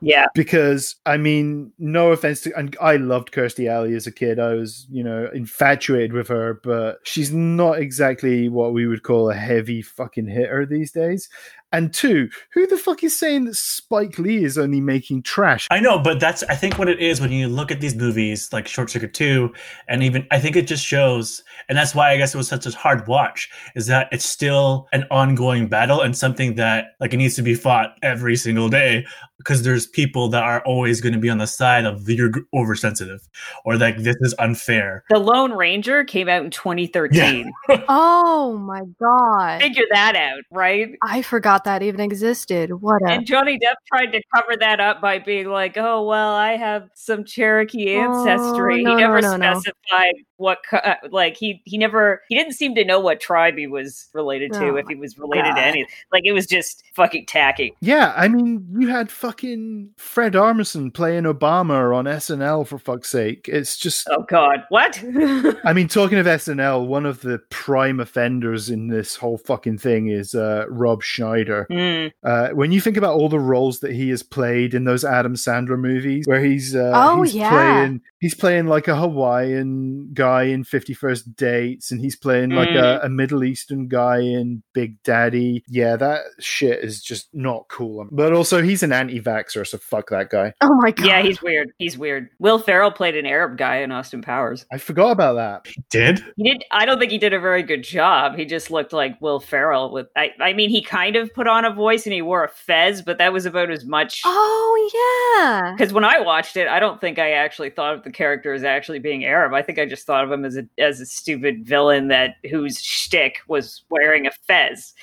[SPEAKER 3] Yeah.
[SPEAKER 5] because I mean, no offense to, and I loved Kirstie Alley as a kid. I was, you know, infatuated with her, but she's not exactly what we would call a heavy fucking hitter these days. And two, who the fuck is saying that Spike Lee is only making trash?
[SPEAKER 2] I know, but that's I think what it is when you look at these movies like Short Circuit Two, and even I think it just shows, and that's why I guess it was such a hard watch is that it's still an ongoing battle and something that like it needs to be fought every single day because there's people that are always going to be on the side of you're g- oversensitive or like this is unfair.
[SPEAKER 3] The Lone Ranger came out in 2013.
[SPEAKER 4] Oh my god.
[SPEAKER 3] Figure that out, right?
[SPEAKER 4] I forgot that even existed. What a
[SPEAKER 3] And Johnny Depp tried to cover that up by being like, "Oh well, I have some Cherokee
[SPEAKER 4] Oh,
[SPEAKER 3] ancestry."
[SPEAKER 4] no,
[SPEAKER 3] he never
[SPEAKER 4] no, no, no.
[SPEAKER 3] specified what, co- uh, like he he never he didn't seem to know what tribe he was related to,
[SPEAKER 4] Oh
[SPEAKER 3] if he was related
[SPEAKER 4] God.
[SPEAKER 3] to any. Like it was just fucking tacky.
[SPEAKER 5] Yeah, I mean, you had fucking Fred Armisen playing Obama on SNL for fuck's sake. It's just,
[SPEAKER 3] Oh God, what?
[SPEAKER 5] I mean, talking of SNL, one of the prime offenders in this whole fucking thing is uh, Rob Schneider.
[SPEAKER 3] Mm.
[SPEAKER 5] Uh, when you think about all the roles that he has played in those Adam Sandler movies, where he's uh,
[SPEAKER 4] Oh,
[SPEAKER 5] he's
[SPEAKER 4] yeah.
[SPEAKER 5] playing he's playing like a Hawaiian guy in Fifty First Dates, and he's playing like a, a Middle Eastern guy in Big Daddy. Yeah, that shit is just not cool. But also, he's an anti-vaxxer, so fuck that guy.
[SPEAKER 4] Oh my god.
[SPEAKER 3] Yeah, he's weird. He's weird. Will Ferrell played an Arab guy in Austin Powers.
[SPEAKER 5] I forgot about that.
[SPEAKER 2] Did
[SPEAKER 3] He did. I don't think he did a very good job. He just looked like Will Ferrell. With I, I mean, he kind of put on a voice and he wore a fez, but that was about as much.
[SPEAKER 4] Oh yeah.
[SPEAKER 3] Because when I watched it, I don't think I actually thought of the character as actually being Arab. I think I just thought of him as a as a stupid villain that whose shtick was wearing a fez.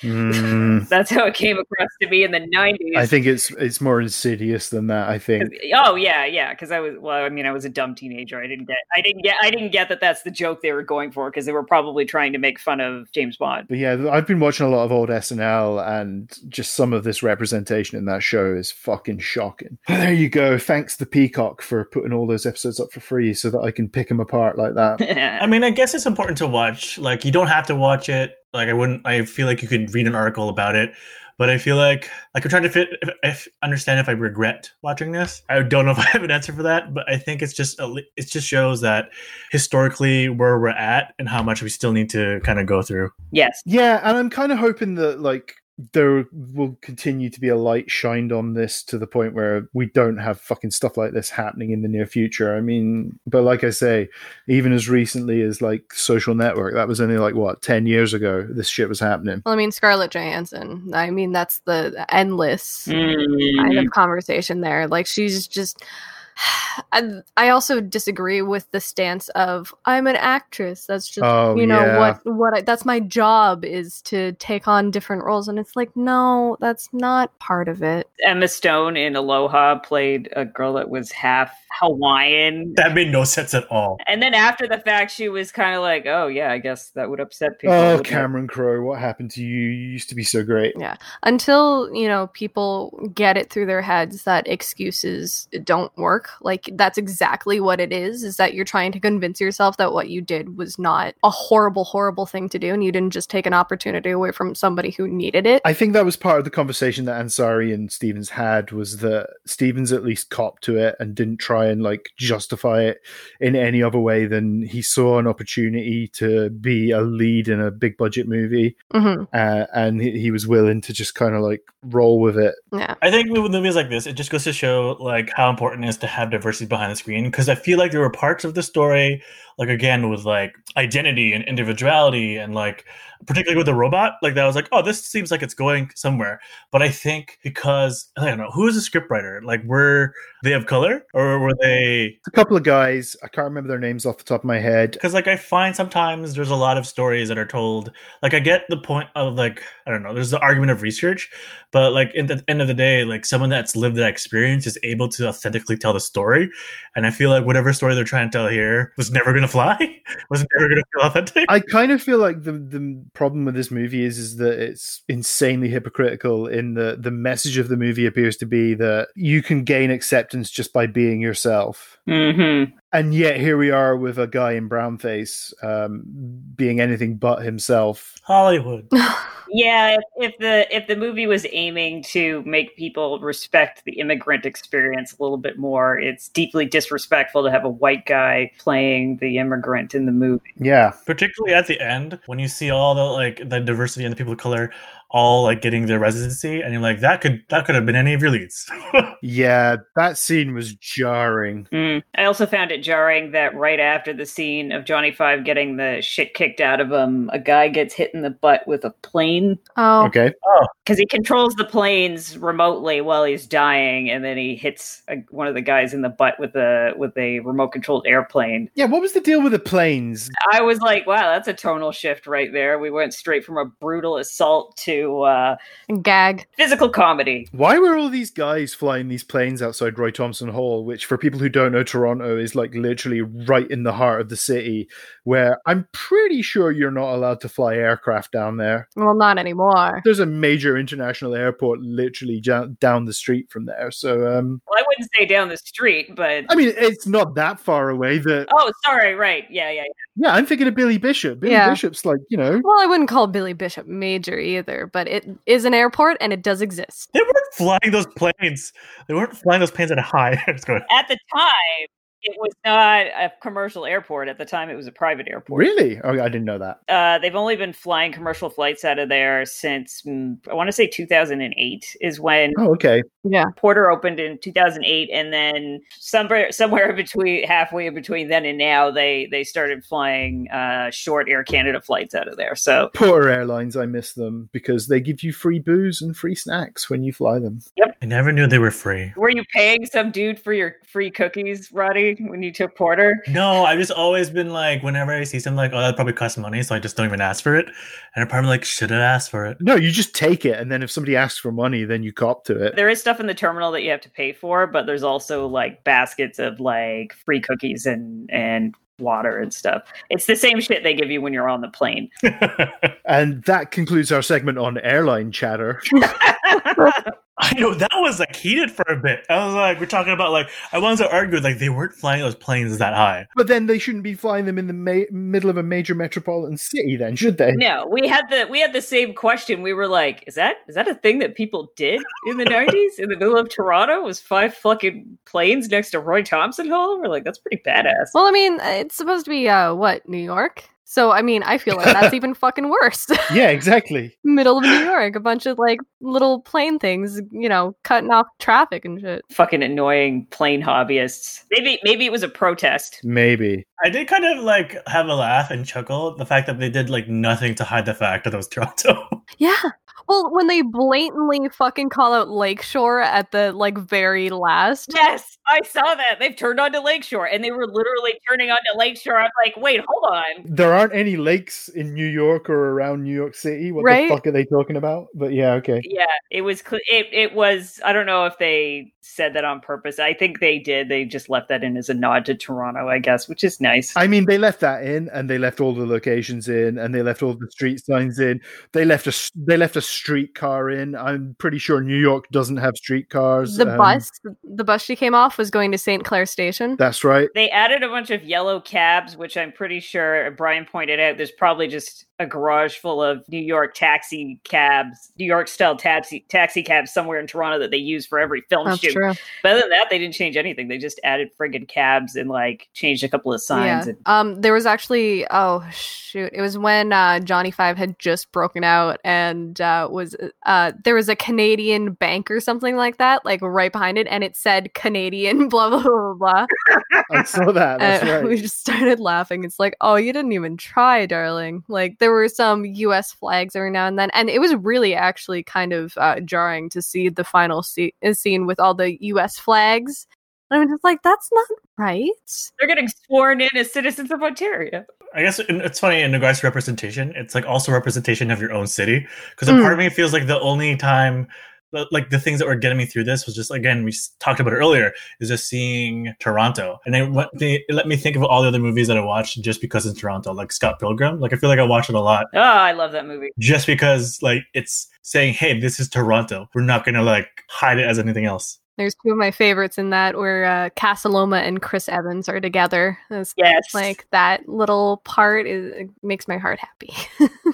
[SPEAKER 3] That's how it came across to me in the nineties.
[SPEAKER 5] I think it's it's more insidious than that. I think.
[SPEAKER 3] Oh yeah, yeah. Because I was well. I mean, I was a dumb teenager. I didn't get. I didn't get. I didn't get that. That's the joke they were going for because they were probably trying to make fun of James Bond.
[SPEAKER 5] But yeah, I've been watching a lot of old SNL, and just some of this representation in that show is fucking shocking. There you go. Thanks the Peacock for putting all those episodes up for free, so that I can pick them apart like that.
[SPEAKER 2] I mean I guess it's important to watch. Like you don't have to watch it. Like I wouldn't. I feel like you could read an article about it. But I feel like like I'm trying to fit if, if understand if I regret watching this. I don't know if I have an answer for that, but I think it's just a li- it just shows that historically where we're at and how much we still need to kind of go through.
[SPEAKER 3] yes.
[SPEAKER 5] Yeah, and I'm kind of hoping that like there will continue to be a light shined on this to the point where we don't have fucking stuff like this happening in the near future. I mean, but like I say, even as recently as like Social Network, that was only like what ten years ago. This shit was happening.
[SPEAKER 4] Well, I mean Scarlett Johansson. I mean that's the endless kind
[SPEAKER 5] Mm-hmm.
[SPEAKER 3] Mm.
[SPEAKER 4] of conversation there. Like she's just I, I also disagree with the stance of I'm an actress. That's just
[SPEAKER 5] Oh,
[SPEAKER 4] you know
[SPEAKER 5] yeah.
[SPEAKER 4] what what I, that's my job is to take on different roles and it's like no, that's not part of it.
[SPEAKER 3] Emma Stone in Aloha played a girl that was half Hawaiian.
[SPEAKER 2] That made no sense at all.
[SPEAKER 3] And then after the fact, she was kind of like, "Oh yeah, I guess that would upset people."
[SPEAKER 5] Oh,
[SPEAKER 3] wouldn't it?"
[SPEAKER 5] Cameron Crowe, what happened to you? You used to be so great.
[SPEAKER 4] until you know people get it through their heads that excuses don't work like that's exactly what it is is that you're trying to convince yourself that what you did was not a horrible horrible thing to do and you didn't just take an opportunity away from somebody who needed it
[SPEAKER 5] I think that was part of the conversation that Ansari and Stevens had was that Stevens at least copped to it and didn't try and like justify it in any other way than he saw an opportunity to be a lead in a big budget movie
[SPEAKER 4] Mhm.
[SPEAKER 5] uh, and he, he was willing to just kind of like roll with it.
[SPEAKER 4] yeah
[SPEAKER 2] I think with movies like this, it just goes to show like how important it is to have diversity behind the screen. Because I feel like there were parts of the story, like again with like identity and individuality, and like particularly with the robot, like that was like, oh, this seems like it's going somewhere. But I think because I don't know who is the scriptwriter. Like, were they of color or were they?
[SPEAKER 5] A couple of guys, I can't remember their names off the top of my head.
[SPEAKER 2] Because like I find sometimes there's a lot of stories that are told. Like I get the point of like I don't know. There's the argument of research, but like in the end of the day like someone that's lived that experience is able to authentically tell the story and i feel like whatever story they're trying to tell here was never gonna fly was never gonna feel authentic
[SPEAKER 5] I kind of feel like the the problem with this movie is is that it's insanely hypocritical in the the message of the movie appears to be that you can gain acceptance just by being yourself.
[SPEAKER 3] Mhm.
[SPEAKER 5] And yet here we are with a guy in brown face um, being anything but himself.
[SPEAKER 2] hollywood
[SPEAKER 3] Yeah, if, if the if the movie was aiming to make people respect the immigrant experience a little bit more, it's deeply disrespectful to have a white guy playing the immigrant in the movie.
[SPEAKER 5] Yeah.
[SPEAKER 2] particularly at the end when you see all the like the diversity and the people of color all like getting their residency, and you're like, that could that could have been any of your leads.
[SPEAKER 5] Yeah, that scene was jarring.
[SPEAKER 3] Mm. I also found it jarring that right after the scene of Johnny Five getting the shit kicked out of him, a guy gets hit in the butt with a plane
[SPEAKER 4] Oh,
[SPEAKER 5] Okay.
[SPEAKER 3] because he controls the planes remotely while he's dying, and then he hits a, one of the guys in the butt with a with a remote controlled airplane.
[SPEAKER 5] Yeah, what was the deal with the planes?
[SPEAKER 3] I was like, wow, that's a tonal shift right there. We went straight from a brutal assault to uh,
[SPEAKER 4] gag.
[SPEAKER 3] physical comedy.
[SPEAKER 5] Why were all these guys flying these planes outside Roy Thompson Hall, which for people who don't know Toronto is like literally right in the heart of the city, where I'm pretty sure you're not allowed to fly aircraft down there.
[SPEAKER 4] Well, not anymore.
[SPEAKER 5] There's a major international airport literally ja- down the street from there. So um
[SPEAKER 3] Well, I wouldn't say down the street, but
[SPEAKER 5] I mean it's not that far away that
[SPEAKER 3] oh, sorry, right, yeah, yeah.
[SPEAKER 5] yeah, I'm thinking of Billy Bishop. Billy
[SPEAKER 4] Yeah.
[SPEAKER 5] Bishop's like, you know,
[SPEAKER 4] Well, I wouldn't call Billy Bishop major either, but it is an airport and it does exist.
[SPEAKER 2] they weren't flying those planes. They weren't flying those planes at a high. It's going,
[SPEAKER 3] At the time, it was not a commercial airport. At the time, it was a private airport.
[SPEAKER 5] really? Oh, I didn't know that.
[SPEAKER 3] Uh, they've only been flying commercial flights out of there since mm, I want to say 2008 is when
[SPEAKER 5] Oh, okay.
[SPEAKER 3] Porter opened in 2008, and then somewhere somewhere in between halfway in between then and now they they started flying uh, short Air Canada flights out of there. So
[SPEAKER 5] Porter Airlines, I miss them because they give you free booze and free snacks when you fly them.
[SPEAKER 2] I never knew they were free.
[SPEAKER 3] were you paying some dude for your free cookies, Roddy, when you took Porter?
[SPEAKER 2] No, I've just always been like, whenever I see something like, oh, that probably costs money, so I just don't even ask for it. And I'm probably like, should have asked for it.
[SPEAKER 5] No, you just take it, and then if somebody asks for money, then you cop to it.
[SPEAKER 3] There is stuff in the terminal that you have to pay for, but there's also like baskets of like free cookies and and water and stuff. It's the same shit they give you when you're on the plane.
[SPEAKER 5] And that concludes our segment on airline chatter.
[SPEAKER 2] I know that was like heated for a bit. I was like, we're talking about like, I wanted to argue like they weren't flying those planes that high.
[SPEAKER 5] But then they shouldn't be flying them in the ma- middle of a major metropolitan city, then, should they?
[SPEAKER 3] No, we had the we had the same question. We were like, "Is that is that a thing that people did in the '90s in the middle of Toronto? Was five fucking planes next to Roy Thompson Hall?" We're like, "That's pretty badass."
[SPEAKER 4] Well, I mean, it's supposed to be uh what, New York? So I mean, I feel like that's even fucking worse.
[SPEAKER 5] Yeah, exactly.
[SPEAKER 4] Middle of New York, a bunch of like little plane things, you know, cutting off traffic and shit.
[SPEAKER 3] fucking annoying plane hobbyists. Maybe maybe it was a protest.
[SPEAKER 5] Maybe.
[SPEAKER 2] I did kind of like have a laugh and chuckle at the fact that they did like nothing to hide the fact that it was Toronto.
[SPEAKER 4] Yeah. Well, when they blatantly fucking call out Lakeshore at the like very last.
[SPEAKER 3] Yes, I saw that. They've turned onto Lakeshore and they were literally turning onto Lakeshore. I'm like, "Wait, hold on."
[SPEAKER 5] There aren't any lakes in New York or around New York City. What
[SPEAKER 4] Right?
[SPEAKER 5] the fuck are they talking about? But yeah, okay.
[SPEAKER 3] Yeah, it was cl- it it was I don't know if they said that on purpose. I think they did. They just left that in as a nod to Toronto, I guess, which is nice.
[SPEAKER 5] I mean, they left that in, and they left all the locations in, and they left all the street signs in. They left a s- they left a streetcar in. I'm pretty sure New York doesn't have streetcars.
[SPEAKER 4] The
[SPEAKER 5] um,
[SPEAKER 4] bus the bus she came off was going to St. Clair Station.
[SPEAKER 5] That's right.
[SPEAKER 3] They added a bunch of yellow cabs, which I'm pretty sure Brian pointed out. There's probably just a garage full of New York taxi cabs, New York style taxi taxi cabs somewhere in Toronto that they use for every film Oh,
[SPEAKER 4] That's
[SPEAKER 3] shoot.
[SPEAKER 4] Um, true.
[SPEAKER 3] But other than that, they didn't change anything. They just added friggin' cabs and like changed a couple of signs.
[SPEAKER 4] Yeah.
[SPEAKER 3] And
[SPEAKER 4] Um, there was actually oh shoot, it was when uh, Johnny Five had just broken out and uh, was uh, there was a Canadian bank or something like that, like right behind it, and it said Canadian blah blah blah blah.
[SPEAKER 5] I saw that. That's
[SPEAKER 4] and
[SPEAKER 5] right.
[SPEAKER 4] Uh, we just started laughing. It's like oh, you didn't even try, darling. Like there were some U.S. flags every now and then, and it was really actually kind of uh, jarring to see the final se- uh, scene with all the U.S. flags. And I'm just like, that's not right.
[SPEAKER 3] they're getting sworn in as citizens of Ontario.
[SPEAKER 2] I guess in- it's funny in regards to representation, it's like also representation of your own city. Because a part of me feels like the only time, the- like the things that were getting me through this was just, again, we s- talked about it earlier, is just seeing Toronto. And it, what they, it let me think of all the other movies that I watched just because it's Toronto, like Scott Pilgrim. Like I feel like I watch it a lot
[SPEAKER 3] Oh, I love that movie.
[SPEAKER 2] just because like it's saying, hey, this is Toronto. We're not going to like hide it as anything else.
[SPEAKER 4] There's two of my favorites in that where uh, Casaloma and Chris Evans are together. It's
[SPEAKER 3] Yes.
[SPEAKER 4] like that little part is it makes my heart happy.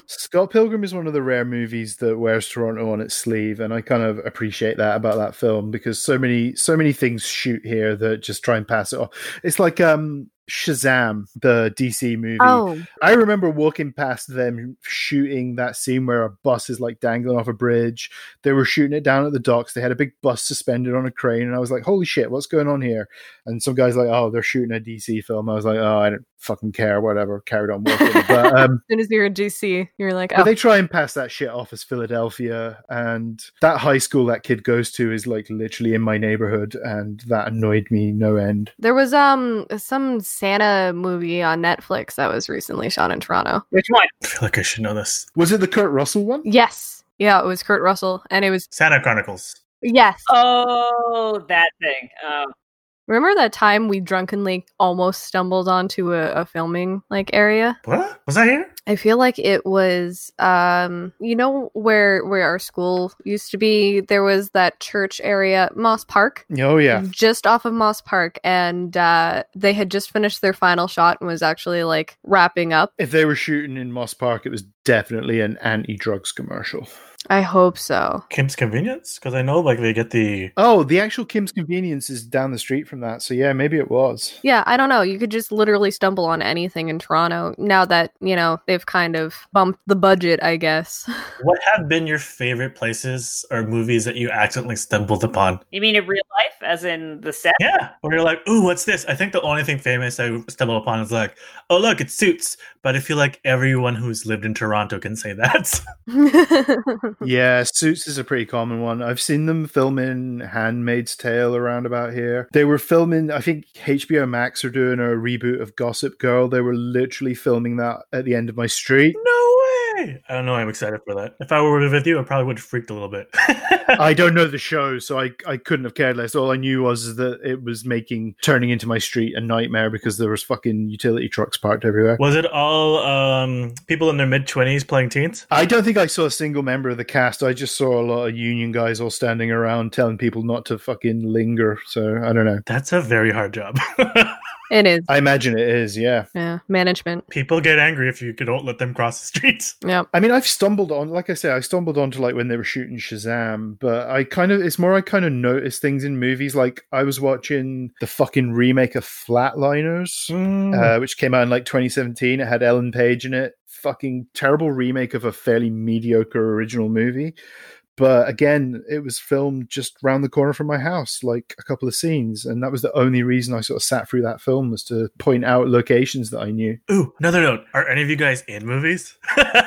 [SPEAKER 5] Scott Pilgrim is one of the rare movies that wears Toronto on its sleeve, and I kind of appreciate that about that film because so many so many things shoot here that just try and pass it off. It's like um Shazam, the DC movie.
[SPEAKER 4] Oh,
[SPEAKER 5] I remember walking past them shooting that scene where a bus is like dangling off a bridge. They were shooting it down at the docks. They had a big bus suspended on a crane, and I was like, "Holy shit, what's going on here?" And some guys like, "Oh, they're shooting a DC film." I was like, "Oh, I don't fucking care, whatever." Carried on walking, but um,
[SPEAKER 4] as soon as we were in DC, you were like,
[SPEAKER 5] but
[SPEAKER 4] oh,
[SPEAKER 5] they try and pass that shit off as Philadelphia, and that high school that kid goes to is like literally in my neighborhood, and that annoyed me no end.
[SPEAKER 4] There was um some Santa movie on Netflix that was recently shot in Toronto.
[SPEAKER 3] Which one?
[SPEAKER 2] I feel like I should know this.
[SPEAKER 5] Was it the Kurt Russell one?
[SPEAKER 4] Yes. Yeah, it was Kurt Russell and it was
[SPEAKER 2] Santa Chronicles.
[SPEAKER 4] yes.
[SPEAKER 3] Oh, that thing. Oh,
[SPEAKER 4] Remember that time we drunkenly almost stumbled onto a, a filming like area?
[SPEAKER 2] What was I here?
[SPEAKER 4] I feel like it was um you know where where our school used to be, there was that church area, Moss Park.
[SPEAKER 5] Oh yeah.
[SPEAKER 4] just off of Moss Park, and uh, they had just finished their final shot and was actually like wrapping up.
[SPEAKER 5] If they were shooting in Moss Park, it was definitely an anti-drugs commercial.
[SPEAKER 4] I hope so.
[SPEAKER 2] Kim's Convenience? Because I know like they get the
[SPEAKER 5] Oh, the actual Kim's Convenience is down the street from that, so yeah, maybe it was.
[SPEAKER 4] Yeah, I don't know. You could just literally stumble on anything in Toronto now that you know they've kind of bumped the budget, I guess.
[SPEAKER 2] What have been your favorite places or movies that you accidentally stumbled upon?
[SPEAKER 3] you mean in real life, as in the set?
[SPEAKER 2] Yeah, where you're like, ooh, what's this? I think the only thing famous I stumbled upon is like, oh look, it suits. But I feel like everyone who's lived in Toronto can say that.
[SPEAKER 5] yeah, Suits is a pretty common one. I've seen them filming Handmaid's Tale around about here. They were filming, I think HBO Max are doing a reboot of Gossip Girl. They were literally filming that at the end of my street.
[SPEAKER 2] no way! I don't know. I'm excited for that. If I were with you, I probably would have freaked a little bit.
[SPEAKER 5] I don't know the show, so I, I couldn't have cared less. All I knew was that it was making turning into my street a nightmare because there was fucking utility trucks parked everywhere.
[SPEAKER 2] Was it all um, people in their mid twenties playing teens?
[SPEAKER 5] I don't think I saw a single member of the cast. I just saw a lot of union guys all standing around telling people not to fucking linger. So I don't know.
[SPEAKER 2] That's a very hard job.
[SPEAKER 4] it is.
[SPEAKER 5] I imagine it is, yeah.
[SPEAKER 4] Yeah, management.
[SPEAKER 2] people get angry if you don't let them cross the streets.
[SPEAKER 4] Yeah.
[SPEAKER 5] I mean, I've stumbled on, like I said, I stumbled onto like when they were shooting Shazam, but I kind of, it's more I kind of notice things in movies. Like I was watching the fucking remake of Flatliners, uh, which came out in like 2017. It had Ellen Page in it. Fucking terrible remake of a fairly mediocre original movie. But again, it was filmed just round the corner from my house, like a couple of scenes. And that was the only reason I sort of sat through that film was to point out locations that I knew.
[SPEAKER 2] Ooh, another note. Are any of you guys in movies?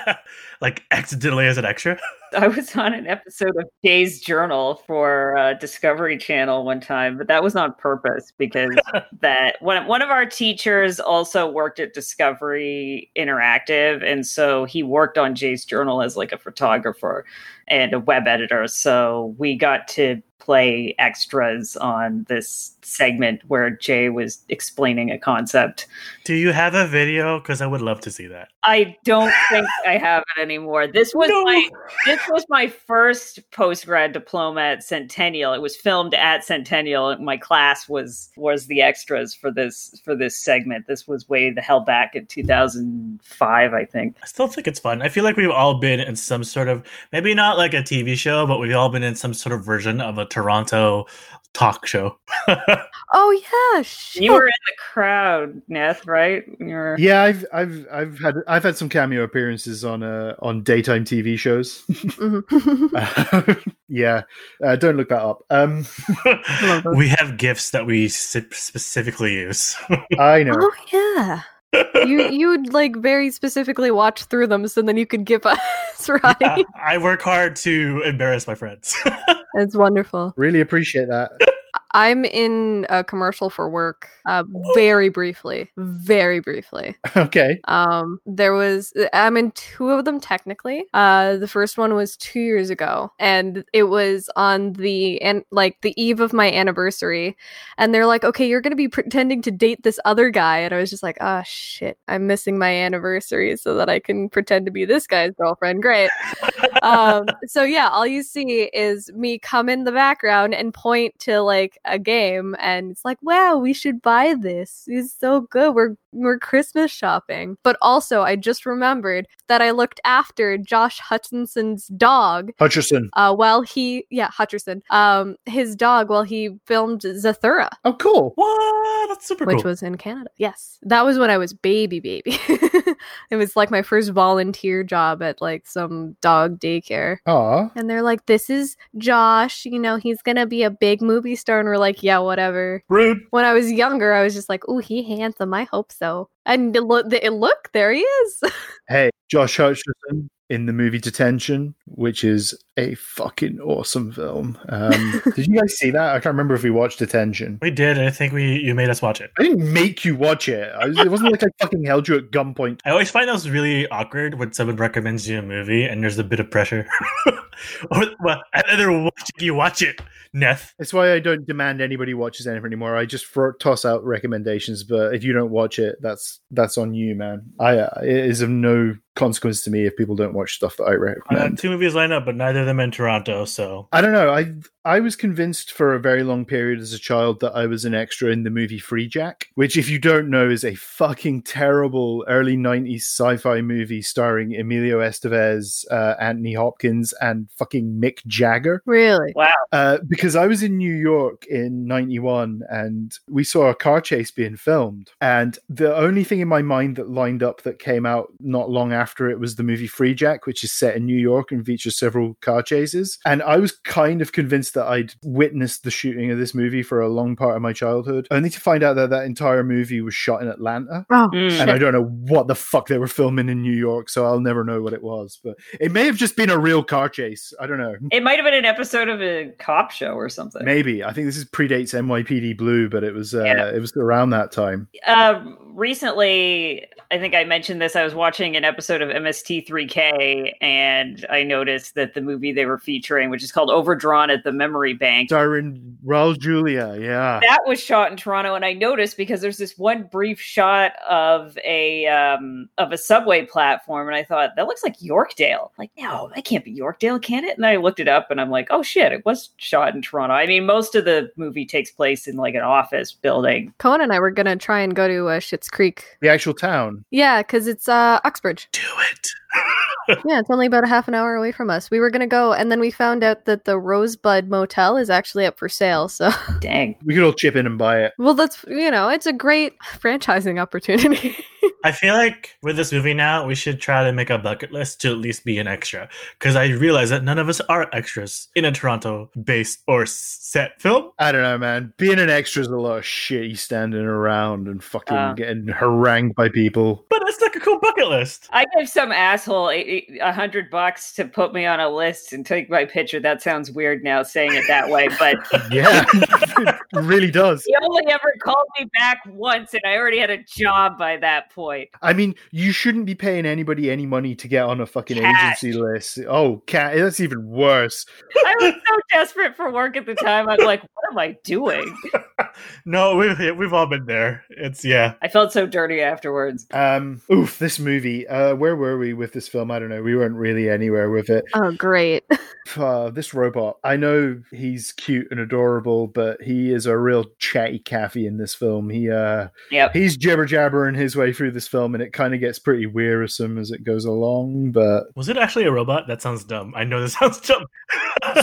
[SPEAKER 2] like accidentally as an extra?
[SPEAKER 3] I was on an episode of Day's Journal for uh, Discovery Channel one time, but that was on purpose because that one one of our teachers also worked at Discovery Interactive, and so he worked on Jay's Journal as like a photographer and a web editor. So we got to play extras on this segment where Jay was explaining a concept.
[SPEAKER 2] Do you have a video? Because I would love to see that.
[SPEAKER 3] I don't think I have it anymore. This was
[SPEAKER 2] No.
[SPEAKER 3] my this was my first post grad diploma at Centennial. It was filmed at Centennial. My class was was the extras for this for this segment. This was way the hell back in 2005, I think.
[SPEAKER 2] I still think it's fun. I feel like we've all been in some sort of maybe not like a TV show, but we've all been in some sort of version of a Toronto talk show.
[SPEAKER 4] Oh yeah. Shit.
[SPEAKER 3] You were in the crowd, Neth, right? You were
[SPEAKER 5] Yeah, I've I've I've had I've had some cameo appearances on uh on daytime TV shows.
[SPEAKER 4] Mhm.
[SPEAKER 5] yeah, uh, don't look that up. Um,
[SPEAKER 4] love those.
[SPEAKER 2] we have gifts that we si- specifically use.
[SPEAKER 5] I know.
[SPEAKER 4] oh yeah. You you would like very specifically watch through them so then you could give us right.
[SPEAKER 2] I I work hard to embarrass my friends.
[SPEAKER 4] That's wonderful.
[SPEAKER 5] Really appreciate that.
[SPEAKER 4] I'm in a commercial for work, uh, very briefly, very briefly.
[SPEAKER 5] Okay.
[SPEAKER 4] Um, there was I'm in two of them technically. Uh, the first one was two years ago, and it was on the and like the eve of my anniversary, and they're like, "Okay, you're gonna be pretending to date this other guy," and I was just like, "Ah, shit, I'm missing my anniversary so that I can pretend to be this guy's girlfriend." Great um, so yeah, all you see is me come in the background and point to like a game and it's like, wow, we should buy this. It's so good. We're we're Christmas shopping. But also, I just remembered that I looked after Josh Hutchinson's dog
[SPEAKER 5] Hutcherson.
[SPEAKER 4] uh, while he, yeah, Hutcherson, um, his dog while he filmed Zathura,
[SPEAKER 5] Oh, cool.
[SPEAKER 2] What? That's super
[SPEAKER 4] which
[SPEAKER 2] cool.
[SPEAKER 4] was in Canada. Yes, that was when I was baby, baby. it was like my first volunteer job at like some dog daycare.
[SPEAKER 5] Aw.
[SPEAKER 4] And they're like, this is Josh, you know, he's gonna be a big movie star. And we're like, yeah, whatever.
[SPEAKER 2] Rude.
[SPEAKER 4] When I was younger, I was just like, ooh, he handsome. I hope so. And it look, it look there he is.
[SPEAKER 5] Hey, Josh Hutcherson in the movie Detention, which is a fucking awesome film. Um, did you guys see that? I can't remember if we watched Detention.
[SPEAKER 2] We did. I think we you made us watch it.
[SPEAKER 5] I didn't make you watch it. I was, it wasn't like I fucking held you at gunpoint.
[SPEAKER 2] I always find those really awkward when someone recommends you a movie and there's a bit of pressure. or, well, and they're watching you watch it, Neth.
[SPEAKER 5] That's why I don't demand anybody watches anything anymore. I just throw, toss out recommendations, but if you don't watch it, that's that's on you, man. I uh, it is of no consequence to me if people don't watch stuff that I
[SPEAKER 2] I got
[SPEAKER 5] recommend.
[SPEAKER 2] two movies lined up, but neither of them in Toronto, so
[SPEAKER 5] I don't know. I I was convinced for a very long period as a child that I was an extra in the movie Free Jack, which, if you don't know, is a fucking terrible early '90s sci-fi movie starring Emilio Estevez, uh, Anthony Hopkins, and fucking Mick Jagger.
[SPEAKER 4] Really?
[SPEAKER 3] Wow.
[SPEAKER 5] Uh, because I was in New York in 91 and we saw a car chase being filmed. And the only thing in my mind that lined up that came out not long after it was the movie Free Jack, which is set in New York and features several car chases. And I was kind of convinced that I'd witnessed the shooting of this movie for a long part of my childhood, only to find out that that entire movie was shot in Atlanta.
[SPEAKER 4] Oh,
[SPEAKER 3] Mm.
[SPEAKER 5] And I don't know what the fuck they were filming in New York, so I'll never know what it was. But it may have just been a real car chase. I don't know.
[SPEAKER 3] It might have been an episode of a cop show or something.
[SPEAKER 5] Maybe I think this is predates NYPD Blue, but it was uh,
[SPEAKER 3] Yeah.
[SPEAKER 5] it was around that time.
[SPEAKER 3] Uh, recently, I think I mentioned this. I was watching an episode of MST3K, and I noticed that the movie they were featuring, which is called Overdrawn at the Memory Bank,
[SPEAKER 5] Darren Raul Julia, yeah,
[SPEAKER 3] that was shot in Toronto, and I noticed because there's this one brief shot of a um, of a subway platform, and I thought that looks like Yorkdale. Like, no, that can't be Yorkdale, can it? And I looked it up, and I'm like, oh shit, it was shot in Toronto. I mean, most of the movie takes place in like an office building.
[SPEAKER 4] Cohen and I were gonna try and go to uh, Schitt's Creek.
[SPEAKER 5] the actual town.
[SPEAKER 4] Yeah, because it's uh, Uxbridge.
[SPEAKER 2] do it.
[SPEAKER 4] Yeah, it's only about a half an hour away from us. We were gonna go, and then we found out that the Rosebud Motel is actually up for sale. So,
[SPEAKER 3] Dang,
[SPEAKER 5] We could all chip in and buy it.
[SPEAKER 4] well, that's you know, it's a great franchising opportunity.
[SPEAKER 2] I feel like with this movie now, we should try to make a bucket list to at least be an extra. Because I realize that none of us are extras in a Toronto based or s- set film.
[SPEAKER 5] I don't know, man. Being an extra is a lot of shit. You standing around and fucking
[SPEAKER 3] Uh.
[SPEAKER 5] getting harangued by people.
[SPEAKER 2] But that's like a cool bucket list.
[SPEAKER 3] I gave some asshole a a hundred bucks to put me on a list and take my picture. That sounds weird now saying it that way, but
[SPEAKER 5] Yeah, it really does.
[SPEAKER 3] he only ever called me back once, and I already had a job by that point.
[SPEAKER 5] I mean, you shouldn't be paying anybody any money to get on a fucking
[SPEAKER 3] Cash.
[SPEAKER 5] agency list. Oh, cat, that's even worse.
[SPEAKER 3] I was so desperate for work at the time. I'm like, what am I doing?
[SPEAKER 2] No, we've, we've all been there. It's, yeah.
[SPEAKER 3] I felt so dirty afterwards.
[SPEAKER 5] Um, oof, this movie. Uh, where were we with this film? I don't know. We weren't really anywhere with it.
[SPEAKER 4] oh, great!
[SPEAKER 5] uh, this robot. I know he's cute and adorable, but he is a real chatty caffy in this film. He uh,
[SPEAKER 3] Yep.
[SPEAKER 5] he's jibber jabbering his way through this film, and it kind of gets pretty wearisome as it goes along. But
[SPEAKER 2] Was it actually a robot? That sounds dumb. I know this sounds dumb.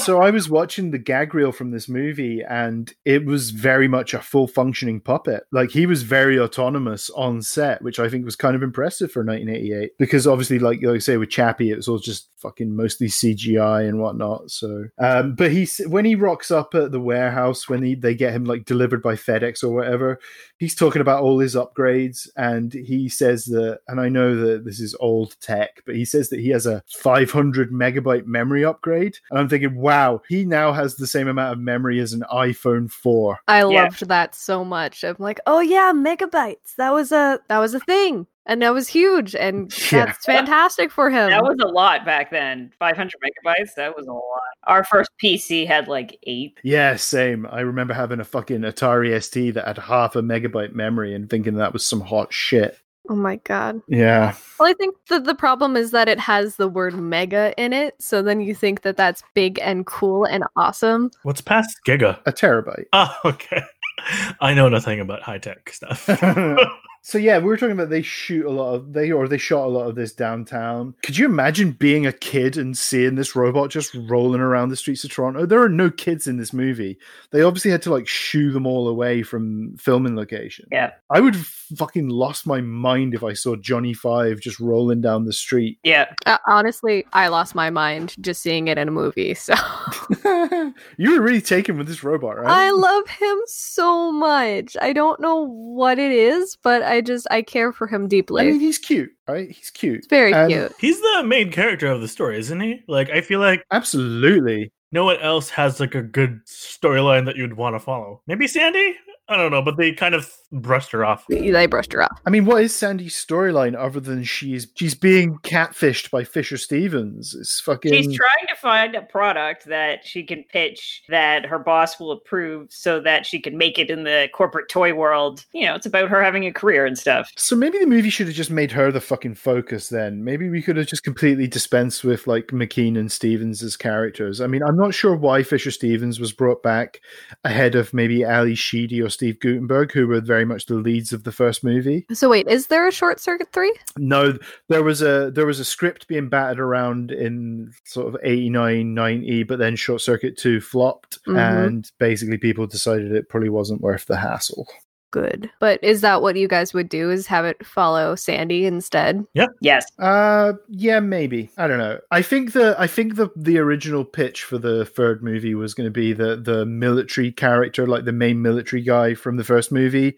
[SPEAKER 5] so I was watching the gag reel from this movie, and it was very much a full functioning puppet. Like he was very autonomous on set, which I think was kind of impressive for 1988. Because obviously, like like I say with Chappie, it was all just fucking mostly CGI and whatnot. So, um, but he s- when he rocks up at the warehouse when he, they get him like delivered by FedEx or whatever, he's talking about all his upgrades and he says that and i know that this is old tech but he says that he has a 500 megabyte memory upgrade and i'm thinking wow he now has the same amount of memory as an iphone 4
[SPEAKER 4] I
[SPEAKER 3] Yeah.
[SPEAKER 4] loved that so much. I'm like, oh yeah, megabytes. That was a that was a thing, and that was huge, and
[SPEAKER 5] Yeah.
[SPEAKER 4] that's fantastic for him.
[SPEAKER 3] That was a lot back then. 500 megabytes, that was a lot. Our first PC had like eight.
[SPEAKER 5] yeah same i remember having a fucking atari st that had half a megabyte memory and thinking that was some hot shit
[SPEAKER 4] Oh my god.
[SPEAKER 5] Yeah.
[SPEAKER 4] Well, I think that the problem is that it has the word mega in it, so then you think that that's big and cool and awesome.
[SPEAKER 2] What's past Giga?
[SPEAKER 5] A terabyte.
[SPEAKER 2] Oh, okay. I know nothing about high tech stuff.
[SPEAKER 5] so yeah, we were talking about they shoot a lot of they or they shot a lot of this downtown. Could you imagine being a kid and seeing this robot just rolling around the streets of Toronto? There are no kids in this movie. They obviously had to like shoo them all away from filming location.
[SPEAKER 3] Yeah.
[SPEAKER 5] I would have fucking lost my mind if I saw Johnny Five just rolling down the street.
[SPEAKER 3] Yeah.
[SPEAKER 4] Uh, honestly, I lost my mind just seeing it in a movie. So
[SPEAKER 5] you were really taken with this robot, right?
[SPEAKER 4] I love him so much. I don't know what it is, but I just I care for him
[SPEAKER 5] I
[SPEAKER 4] deeply.
[SPEAKER 5] mean, he's cute, right? He's cute.
[SPEAKER 4] it's very
[SPEAKER 5] and-
[SPEAKER 4] cute.
[SPEAKER 2] He's the main character of the story, isn't he? Like, I feel like
[SPEAKER 5] Absolutely.
[SPEAKER 2] no one else has like a good storyline that you'd want to follow. Maybe Sandy? I don't know, but they kind of brushed her off.
[SPEAKER 4] They brushed her off.
[SPEAKER 5] I mean, what is Sandy's storyline other than she's she's being catfished by Fisher Stevens? It's fucking.
[SPEAKER 3] She's trying to find a product that she can pitch that her boss will approve so that she can make it in the corporate toy world. You know, it's about her having a career and stuff.
[SPEAKER 5] so maybe the movie should have just made her the fucking focus. Then maybe we could have just completely dispensed with like McKean and Stevens as characters. I mean, I'm not sure why Fisher Stevens was brought back ahead of maybe Ali Sheedy or Steve Gutenberg, who were very much the leads of the first movie.
[SPEAKER 4] So wait, is there a short circuit three?
[SPEAKER 5] No, there was a there was a script being batted around in sort of 89, 90, but then Short Circuit 2 flopped
[SPEAKER 4] Mhm.
[SPEAKER 5] and basically people decided it probably wasn't worth the hassle.
[SPEAKER 4] Good. But is that what you guys would do? Is have it follow Sandy instead?
[SPEAKER 3] Yes.
[SPEAKER 5] Uh yeah, maybe. I don't know. I think the I think the the original pitch for the third movie was going to be that the military character, like the main military guy from the first movie,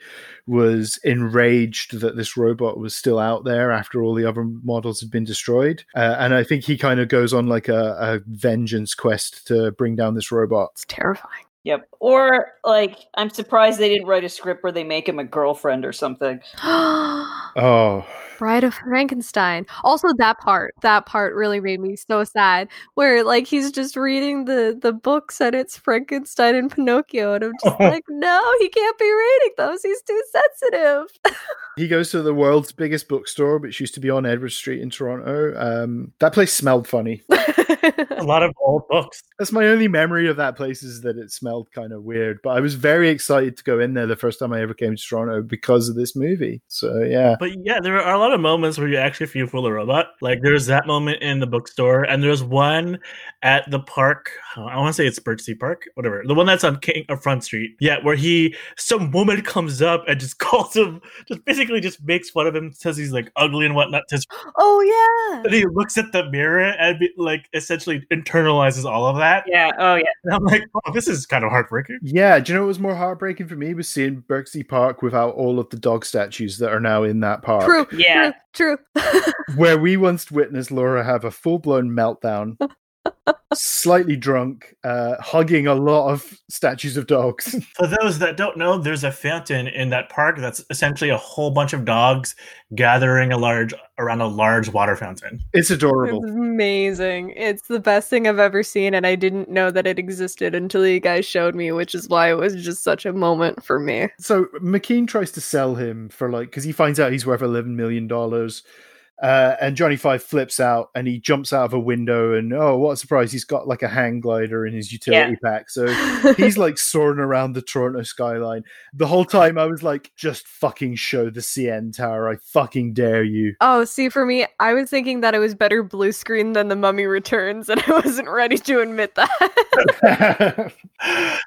[SPEAKER 5] was enraged that this robot was still out there after all the other models had been destroyed. Uh, and I think he kind of goes on like a, a vengeance quest to bring down this robot.
[SPEAKER 4] It's terrifying.
[SPEAKER 3] Yep. Or like, I'm surprised they didn't write a script where they make him a girlfriend or something.
[SPEAKER 5] Oh,
[SPEAKER 4] Bride of Frankenstein. Also that part, that part really made me so sad where like he's just reading the the books and it's Frankenstein and Pinocchio and I'm just like, "No, he can't be reading those. He's too sensitive."
[SPEAKER 5] He goes to the world's biggest bookstore, which used to be on Edward Street in Toronto. Um, that place smelled funny.
[SPEAKER 2] A lot of old books.
[SPEAKER 5] That's my only memory of that place is that it smelled kind of weird. But I was very excited to go in there the first time I ever came to Toronto because of this movie. So yeah.
[SPEAKER 2] But yeah, there are a lot of moments where you actually feel for the robot. Like there's that moment in the bookstore, and there's one at the park. I want to say it's Birdsea Park, whatever. The one that's on King uh, Front Street. Yeah, where he some woman comes up and just calls him, just basically just makes fun of him, says he's like ugly and whatnot. To his,
[SPEAKER 4] oh yeah.
[SPEAKER 2] and he looks at the mirror and be, like essentially internalizes all of that.
[SPEAKER 3] Yeah. Oh, yeah.
[SPEAKER 2] And I'm like, oh, this is kind of heartbreaking.
[SPEAKER 5] Yeah, do you know what was more heartbreaking for me was seeing Berksey Park without all of the dog statues that are now in that park.
[SPEAKER 4] True.
[SPEAKER 3] Yeah.
[SPEAKER 4] True. true.
[SPEAKER 5] Where we once witnessed Laura have a full blown meltdown, slightly drunk, uh, hugging a lot of statues of dogs.
[SPEAKER 2] For those that don't know, there's a fountain in that park that's essentially a whole bunch of dogs gathering a large around a large water fountain.
[SPEAKER 5] it's adorable.
[SPEAKER 4] It's amazing. It's the best thing I've ever seen, and I didn't know that it existed until you guys showed me, which is why it was just such a moment for me.
[SPEAKER 5] So McKean tries to sell him for like because he finds out he's worth eleven million dollars, uh, and Johnny Five flips out and he jumps out of a window and oh what a surprise he's got like a hang glider in his utility pack so. He's like soaring around the Toronto skyline. The whole time I was like, just fucking show the CN Tower. I fucking dare you.
[SPEAKER 4] oh, see, for me, I was thinking that it was better blue screen than The Mummy Returns, and I wasn't ready to admit that.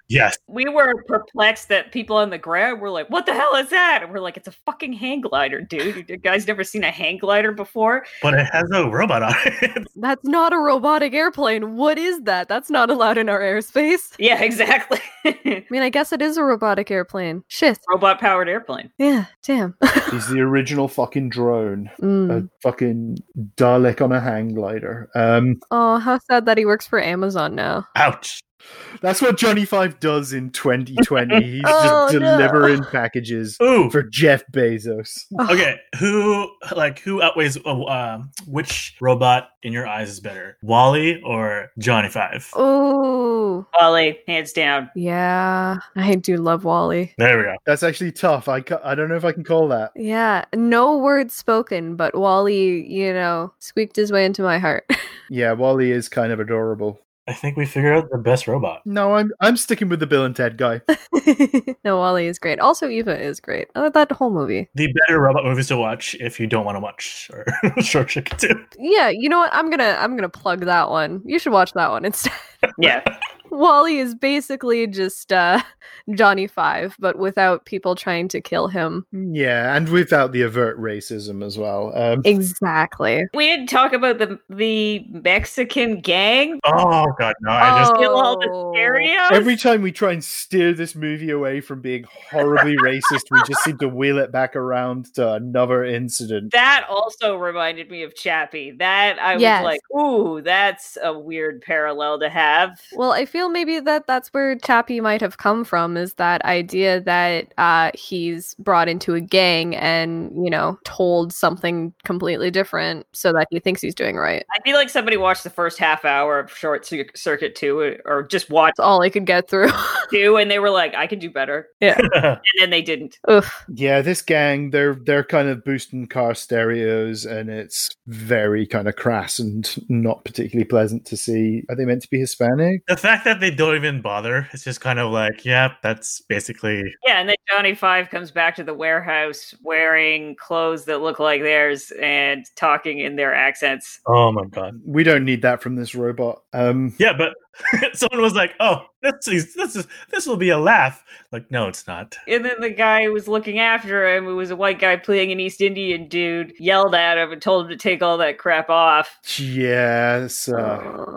[SPEAKER 2] yes.
[SPEAKER 3] We were perplexed that people on the ground were like, what the hell is that? And we're like, it's a fucking hang glider, dude. You guys never seen a hang glider before?
[SPEAKER 2] But it has a robot on it.
[SPEAKER 4] That's not a robotic airplane. What is that? That's not allowed in our airspace.
[SPEAKER 3] Yeah, exactly.
[SPEAKER 4] I mean, I guess it is a robotic airplane. Shit.
[SPEAKER 3] Robot powered airplane.
[SPEAKER 4] Yeah, damn.
[SPEAKER 5] he's the original fucking drone.
[SPEAKER 4] Mm.
[SPEAKER 5] A fucking Dalek on a hang glider. Um,
[SPEAKER 4] Oh, how sad that he works for Amazon now.
[SPEAKER 2] Ouch.
[SPEAKER 5] That's what Johnny Five does in 2020. He's
[SPEAKER 4] Oh,
[SPEAKER 5] just
[SPEAKER 4] no.
[SPEAKER 5] delivering packages
[SPEAKER 2] Ooh.
[SPEAKER 5] for Jeff Bezos.
[SPEAKER 2] okay, who like who outweighs uh, um, which robot in your eyes is better, Wally or Johnny Five?
[SPEAKER 4] Oh. Ooh.
[SPEAKER 3] Wally, hands down.
[SPEAKER 4] Yeah, I do love Wally.
[SPEAKER 2] There we go.
[SPEAKER 5] That's actually tough. I, ca- I don't know if I can call that.
[SPEAKER 4] Yeah, no words spoken, but Wally, you know, squeaked his way into my heart.
[SPEAKER 5] Yeah, Wally is kind of adorable.
[SPEAKER 2] I think we figured out the best robot.
[SPEAKER 5] No, I'm I'm sticking with the Bill and Ted guy.
[SPEAKER 4] no, Wally is great. Also, Eva is great. I love that whole movie.
[SPEAKER 2] The better robot movies to watch if you don't want to watch or short chicken too.
[SPEAKER 4] Yeah, you know what? I'm gonna I'm gonna plug that one. You should watch that one instead.
[SPEAKER 3] Yeah.
[SPEAKER 4] Wally is basically just uh, Johnny Five, but without people trying to kill him.
[SPEAKER 5] Yeah, and without the overt racism as well. Um,
[SPEAKER 4] Exactly.
[SPEAKER 3] we didn't talk about the the Mexican gang.
[SPEAKER 2] Oh god, no! I just
[SPEAKER 3] Kill all the
[SPEAKER 4] Oh.
[SPEAKER 3] stereos.
[SPEAKER 5] every time we try and steer this movie away from being horribly racist, we just seem to wheel it back around to another incident.
[SPEAKER 3] that also reminded me of Chappie. That I
[SPEAKER 4] Yes.
[SPEAKER 3] was like, ooh, that's a weird parallel to have.
[SPEAKER 4] Well, I feel maybe that that's where Chappie might have come from is that idea that uh, he's brought into a gang and, you know, told something completely different so that he thinks he's doing right.
[SPEAKER 3] I feel like somebody watched the first half hour of Short Cir- Circuit 2 or just watched
[SPEAKER 4] That's all I could get through.
[SPEAKER 3] 2 and they were like, I can do better.
[SPEAKER 2] just
[SPEAKER 3] And then they didn't.
[SPEAKER 4] Oof.
[SPEAKER 5] Yeah, this gang, they're they're kind of boosting car stereos, and it's very kind of crass and not particularly pleasant to see. Are they meant to be Hispanic?
[SPEAKER 2] the fact that they don't even bother. It's just kind of like, yeah, that's basically
[SPEAKER 3] Yeah, and then Johnny Five comes back to the warehouse wearing clothes that look like theirs and talking in their accents.
[SPEAKER 2] Oh my god.
[SPEAKER 5] We don't need that from this robot. Um,
[SPEAKER 2] Yeah, but someone was like, "Oh, this is this is this will be a laugh." Like, no, it's not.
[SPEAKER 3] And then the guy who was looking after him, who was a white guy playing an East Indian dude, yelled at him and told him to take all that crap off.
[SPEAKER 5] yes. Uh,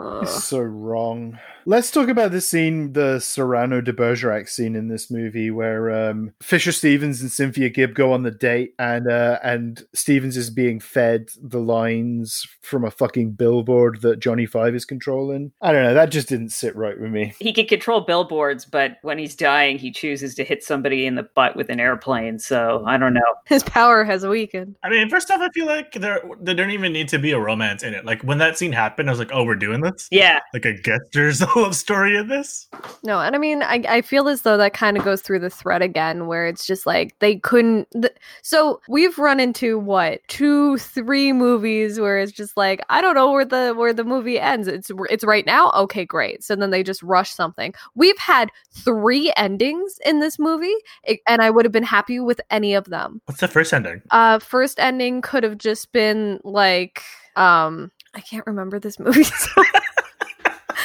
[SPEAKER 4] Uh,
[SPEAKER 5] It's so wrong. Let's talk about the scene, the Serrano de Bergerac scene in this movie, where um, Fisher Stevens and Cynthia Gibb go on the date, and uh, and Stevens is being fed the lines from a fucking billboard that Johnny Five is controlling. I don't know. That just didn't sit right with me.
[SPEAKER 3] He can control billboards, but when he's dying, he chooses to hit somebody in the butt with an airplane. So I don't know.
[SPEAKER 4] his power has weakened.
[SPEAKER 2] I mean, first off, I feel like there there don't even need to be a romance in it. Like when that scene happened, I was like, "Oh, we're doing this."
[SPEAKER 3] Yeah,
[SPEAKER 2] Like, I guess there's a love story in this.
[SPEAKER 4] No, and I mean, I, I feel as though that kind of goes through the thread again, where it's just like they couldn't. Th- so we've run into what two, three movies where it's just like I don't know where the where the movie ends. It's it's right now. Okay, great. So then they just rush something. We've had three endings in this movie, i- and I would have been happy with any of them.
[SPEAKER 2] What's the first ending?
[SPEAKER 4] Uh, first ending could have just been like um, I can't remember this movie. so-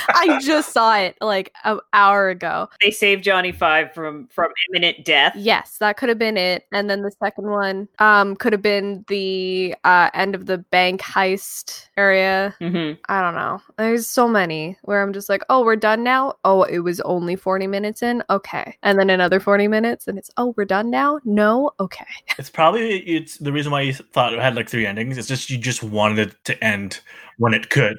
[SPEAKER 4] I just saw it like an hour ago.
[SPEAKER 3] they save Johnny Five from from imminent death.
[SPEAKER 4] Yes, that could have been it. And then the second one um, could have been the uh, end of the bank heist area.
[SPEAKER 3] hmm
[SPEAKER 4] I don't know. There's so many where I'm just like, oh, we're done now. Oh, it was only 40 minutes in. Okay. And then another 40 minutes, and it's, oh, we're done now. No. Okay.
[SPEAKER 2] It's probably it's the reason why you thought it had like three endings. It's just you just wanted it to end when it could.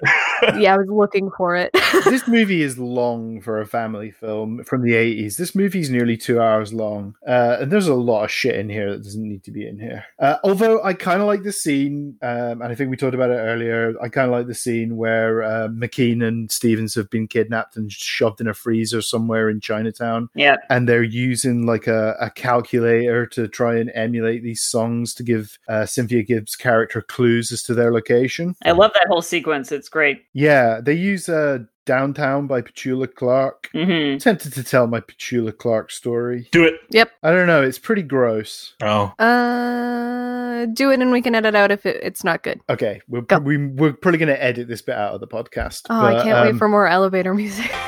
[SPEAKER 4] yeah, I was looking for it.
[SPEAKER 5] this movie is long for a family film from the 80s. This movie's nearly two hours long. Uh, and there's a lot of shit in here that doesn't need to be in here. Uh, although I kind of like the scene, um, and I think we talked about it earlier. I kind of like the scene where uh, McKean and Stevens have been kidnapped and shoved in a freezer somewhere in Chinatown.
[SPEAKER 3] Yeah.
[SPEAKER 5] And they're using like a, a calculator to try and emulate these songs to give uh, Cynthia Gibbs' character clues as to their location.
[SPEAKER 3] I love that whole sequence. It's great.
[SPEAKER 5] Yeah, they use uh, Downtown by Petula Clark.
[SPEAKER 3] hmm
[SPEAKER 5] I'm tempted to tell my Petula Clark story.
[SPEAKER 2] Do it.
[SPEAKER 4] yep.
[SPEAKER 5] I don't know, it's pretty gross.
[SPEAKER 2] Oh,
[SPEAKER 4] Uh, do it, and we can edit out if it, it's not good.
[SPEAKER 5] Okay, we're,
[SPEAKER 4] Go.
[SPEAKER 5] we, we're probably going to edit this bit out of the podcast.
[SPEAKER 4] Oh, I
[SPEAKER 5] but,
[SPEAKER 4] can't
[SPEAKER 5] um,
[SPEAKER 4] wait for more elevator music.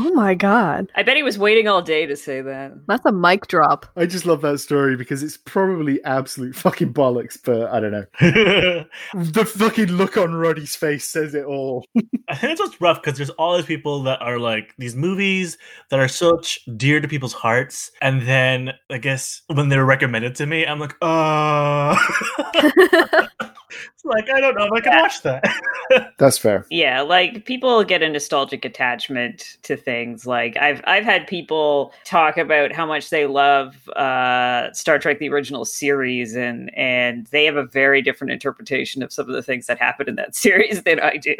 [SPEAKER 4] Oh my god.
[SPEAKER 3] I bet he was waiting all day to say that.
[SPEAKER 4] That's a mic drop.
[SPEAKER 5] I just love that story because it's probably absolute fucking bollocks, but I don't know.
[SPEAKER 2] I
[SPEAKER 5] The fucking look on Roddy's face says it all.
[SPEAKER 2] think it's what's rough because there's all these people that are like these movies that are such dear to people's hearts, and then I guess when they're recommended to me, I'm like, oh, it's like I don't know if I can watch that.
[SPEAKER 5] That's fair.
[SPEAKER 3] Yeah, like people get a nostalgic attachment to things. Like I've I've had people talk about how much they love uh, Star Trek: The Original Series, and and they have a very different interpretation of some of the things that happen in that series than I do.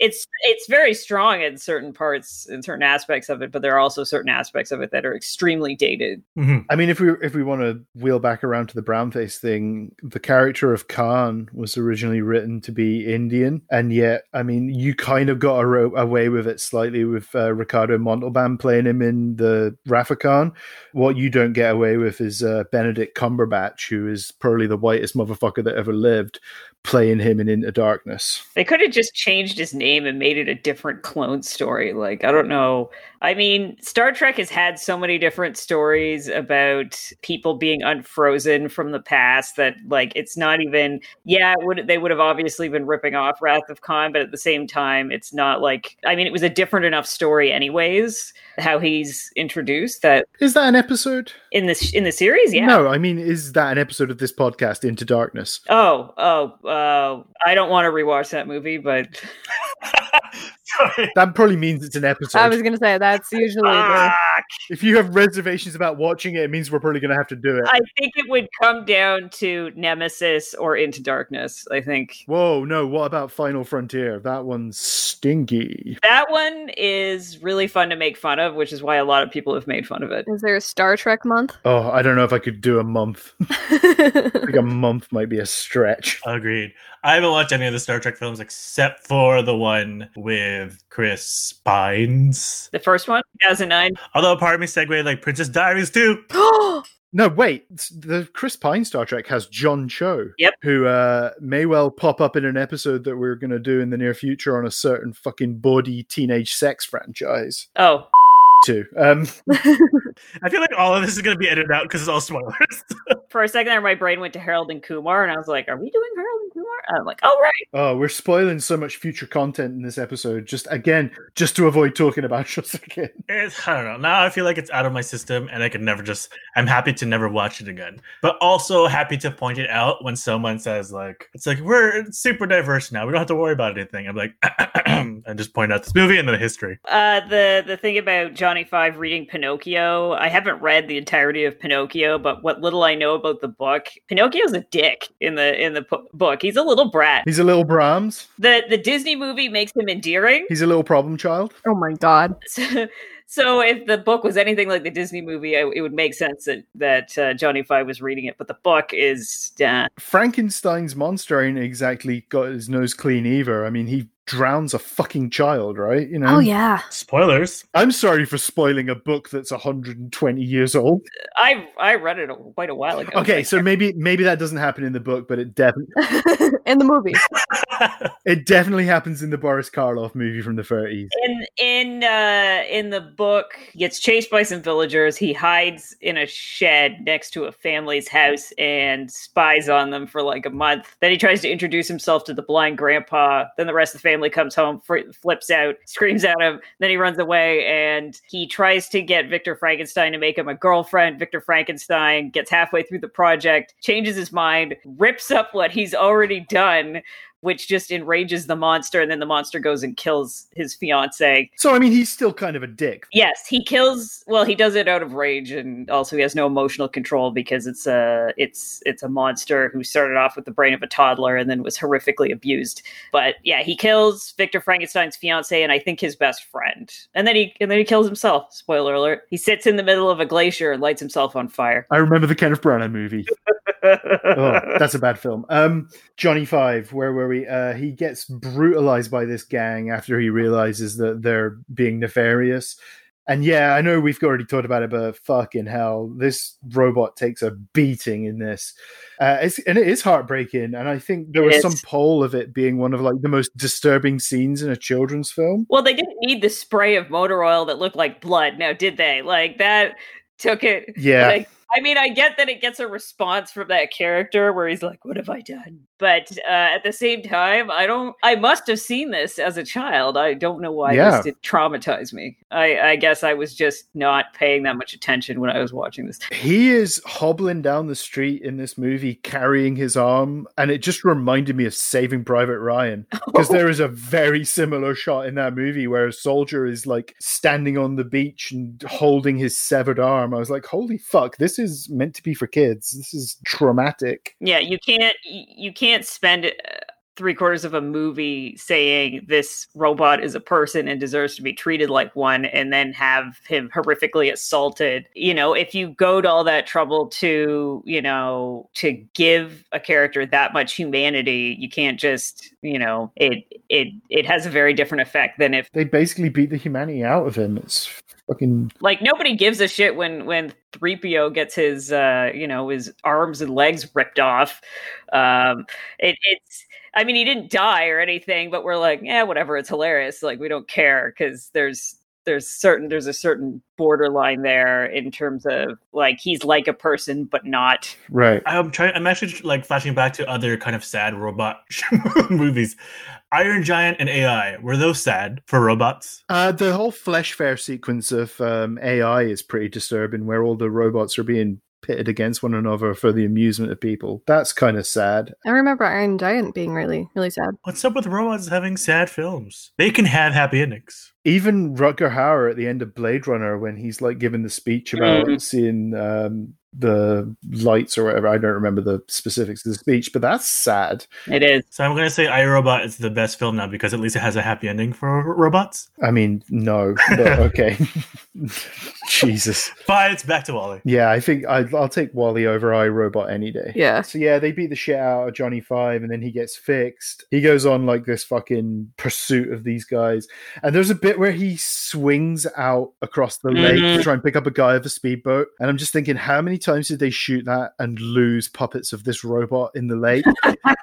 [SPEAKER 3] It's it's very strong in certain parts, in certain aspects of it, but there are also certain aspects of it that are extremely dated.
[SPEAKER 2] Mhm.
[SPEAKER 5] I mean, if we if we want to wheel back around to the brownface thing, the character of Khan was originally written to be Indian, and yet, I mean, you kind of got aro- away with it slightly with uh, Ricardo Montalban playing him in the Rafa Khan. What you don't get away with is uh, Benedict Cumberbatch, who is probably the whitest motherfucker that ever lived, playing him in Into Darkness.
[SPEAKER 3] They could have just changed his name and made it a different clone story. Like, I don't know. I mean, Star Trek has had so many different stories about people being unfrozen from the past that, like, it's not even, yeah, it would, they would have obviously been ripping off Wrath of Khan, but at the same time, it's not like, I mean, it was a different enough story, anyways, how he's introduced that
[SPEAKER 5] Is that an episode?
[SPEAKER 3] in this, in the series. Yeah.
[SPEAKER 5] No, I mean, is that an episode of this podcast, Into Darkness?
[SPEAKER 3] Oh, oh, uh, I don't want to rewatch that movie, but
[SPEAKER 2] Sorry.
[SPEAKER 5] That probably means it's an episode.
[SPEAKER 4] I was gonna say that's usually the
[SPEAKER 3] Ah,
[SPEAKER 5] If you have reservations about watching it, it means we're probably going to have to do it.
[SPEAKER 3] I think it would come down to Nemesis or Into Darkness. I think
[SPEAKER 5] Whoa, no, what about Final Frontier? That one's stinky.
[SPEAKER 3] that one is really fun to make fun of, which is why a lot of people have made fun of it.
[SPEAKER 4] Is there a Star Trek month?
[SPEAKER 5] Oh, I don't know if I could do a month. I think a month might be a stretch.
[SPEAKER 2] Agreed. I haven't watched any of the Star Trek films except for the one with Chris Pines.
[SPEAKER 3] The first one, 2009.
[SPEAKER 2] Although part of me segued like Princess Diaries too.
[SPEAKER 5] No, wait. s- The Chris Pine Star Trek has John Cho,
[SPEAKER 3] Yep.
[SPEAKER 5] who uh, may well pop up in an episode that we're going to do in the near future on a certain fucking bawdy teenage sex franchise,
[SPEAKER 3] Oh,
[SPEAKER 5] too. Um,
[SPEAKER 2] I feel like all of this is going to be edited out because it's all spoilers.
[SPEAKER 3] for a second there, my brain went to Harold and Kumar, and I was like, "Are we doing Harold and Kumar?" And I'm like, "Oh right."
[SPEAKER 5] oh, we're spoiling so much future content in this episode, just again, just to avoid talking about Shosuke.
[SPEAKER 2] It's, Eh, I don't know. Now I feel like it's out of my system, and I could never just. I'm happy to never watch it again, but also happy to point it out when someone says like, "It's like we're super diverse now. We don't have to worry about anything." I'm like, and just point out this movie and then the history.
[SPEAKER 3] Uh, the the thing about Johnny Five reading Pinocchio, I haven't read the entirety of Pinocchio, but what little I know about the book, Pinocchio's a dick in the in the po- book. He's a little brat.
[SPEAKER 5] He's a little Brahms.
[SPEAKER 3] the the Disney movie makes him endearing.
[SPEAKER 5] He's a little problem child.
[SPEAKER 4] oh my god.
[SPEAKER 3] So, so if the book was anything like the Disney movie, I, it would make sense that that uh, Johnny Five was reading it. But the book is uh,
[SPEAKER 5] Frankenstein's monster ain't exactly got his nose clean either. I mean, he drowns a fucking child, right? You know.
[SPEAKER 4] Oh yeah.
[SPEAKER 2] Spoilers.
[SPEAKER 5] I'm sorry for spoiling a book that's 120 years old.
[SPEAKER 3] I I read it a- quite a while ago.
[SPEAKER 5] Okay, so maybe maybe that doesn't happen in the book, but it definitely
[SPEAKER 4] In the movie.
[SPEAKER 5] it definitely happens in the Boris Karloff movie from the 30s.
[SPEAKER 3] in in uh, in the book, he gets chased by some villagers. He hides in a shed next to a family's house and spies on them for like a month. Then he tries to introduce himself to the blind grandpa. Then the rest of the family comes home, fr- flips out, screams at him. Then he runs away and he tries to get Victor Frankenstein to make him a girlfriend. Victor Frankenstein gets halfway through the project, changes his mind, rips up what he's already done which just enrages the monster and then the monster goes and kills his fiance
[SPEAKER 5] So I mean, he's still kind of a dick.
[SPEAKER 3] yes he kills well he does it out of rage and also he has no emotional control because it's a it's it's a monster who started off with the brain of a toddler and then was horrifically abused but yeah he kills victor frankenstein's fiance and i think his best friend and then he and then he kills himself spoiler alert he sits in the middle of a glacier and lights himself on fire
[SPEAKER 5] I remember the Kenneth Branagh movie. oh, that's a bad film. Um, Johnny Five, where were we? Uh, he gets brutalized by this gang after he realizes that they're being nefarious. And yeah, I know we've already talked about it, but fucking hell, this robot takes a beating in this. Uh, it's, and it is heartbreaking. And I think there
[SPEAKER 3] It
[SPEAKER 5] was
[SPEAKER 3] is.
[SPEAKER 5] some poll of it being one of like the most disturbing scenes in a children's film.
[SPEAKER 3] Well, they didn't need the spray of motor oil that looked like blood, now did they? Like that took it.
[SPEAKER 5] Yeah.
[SPEAKER 3] Like, I mean, I get that it gets a response from that character where he's like, "What have I done?" But uh, at the same time, I don't. I must have seen this as a child. I don't know why
[SPEAKER 5] Yeah.
[SPEAKER 3] this did traumatize me. I, I guess I was just not paying that much attention when I was watching this.
[SPEAKER 5] He is hobbling down the street in this movie carrying his arm, and it just reminded me of Saving Private Ryan because there is a very similar shot in that movie where a soldier is like standing on the beach and holding his severed arm. I was like, holy fuck, this is meant to be for kids. This is traumatic.
[SPEAKER 3] Yeah, you can't y- you can't spend uh, three quarters of a movie saying this robot is a person and deserves to be treated like one, and then have him horrifically assaulted. You know, if you go to all that trouble to you know to give a character that much humanity, you can't just you know it it it has a very different effect than if
[SPEAKER 5] They basically beat the humanity out of him. It's fucking
[SPEAKER 3] like nobody gives a shit when when 3PO gets his uh you know his arms and legs ripped off. Um it, it's I mean he didn't die or anything but we're like yeah whatever it's hilarious like we don't care cuz there's there's certain there's a certain borderline there in terms of like he's like a person but not.
[SPEAKER 5] right.
[SPEAKER 2] I'm trying. I'm actually like flashing back to other kind of sad robot movies. Iron Giant and AI were those sad for robots?
[SPEAKER 5] Uh, the whole flesh fair sequence of um, AI is pretty disturbing, where all the robots are being pitted against one another for the amusement of people. That's kind of sad.
[SPEAKER 4] I remember Iron Giant being really, really sad.
[SPEAKER 2] What's up with robots having sad films? They can have happy endings.
[SPEAKER 5] Even Rutger Hauer at the end of Blade Runner, when he's like giving the speech about
[SPEAKER 3] Mhm.
[SPEAKER 5] seeing um, the lights or whatever, I don't remember the specifics of the speech, but that's sad.
[SPEAKER 3] It is.
[SPEAKER 2] So I'm gonna say iRobot is the best film now because at least it has a happy ending for ro- robots.
[SPEAKER 5] I mean, no, but okay. Jesus.
[SPEAKER 2] But it's back to Wally.
[SPEAKER 5] Yeah, I think i I'll take Wally over iRobot any day.
[SPEAKER 4] Yeah.
[SPEAKER 5] So yeah, they beat the shit out of Johnny Five, and then he gets fixed. He goes on like this fucking pursuit of these guys, and there's a bit where he swings out across the lake to
[SPEAKER 3] Mhm.
[SPEAKER 5] try and pick up a guy of a speedboat. And I'm just thinking, how many times did they shoot that and lose puppets of this robot in the lake?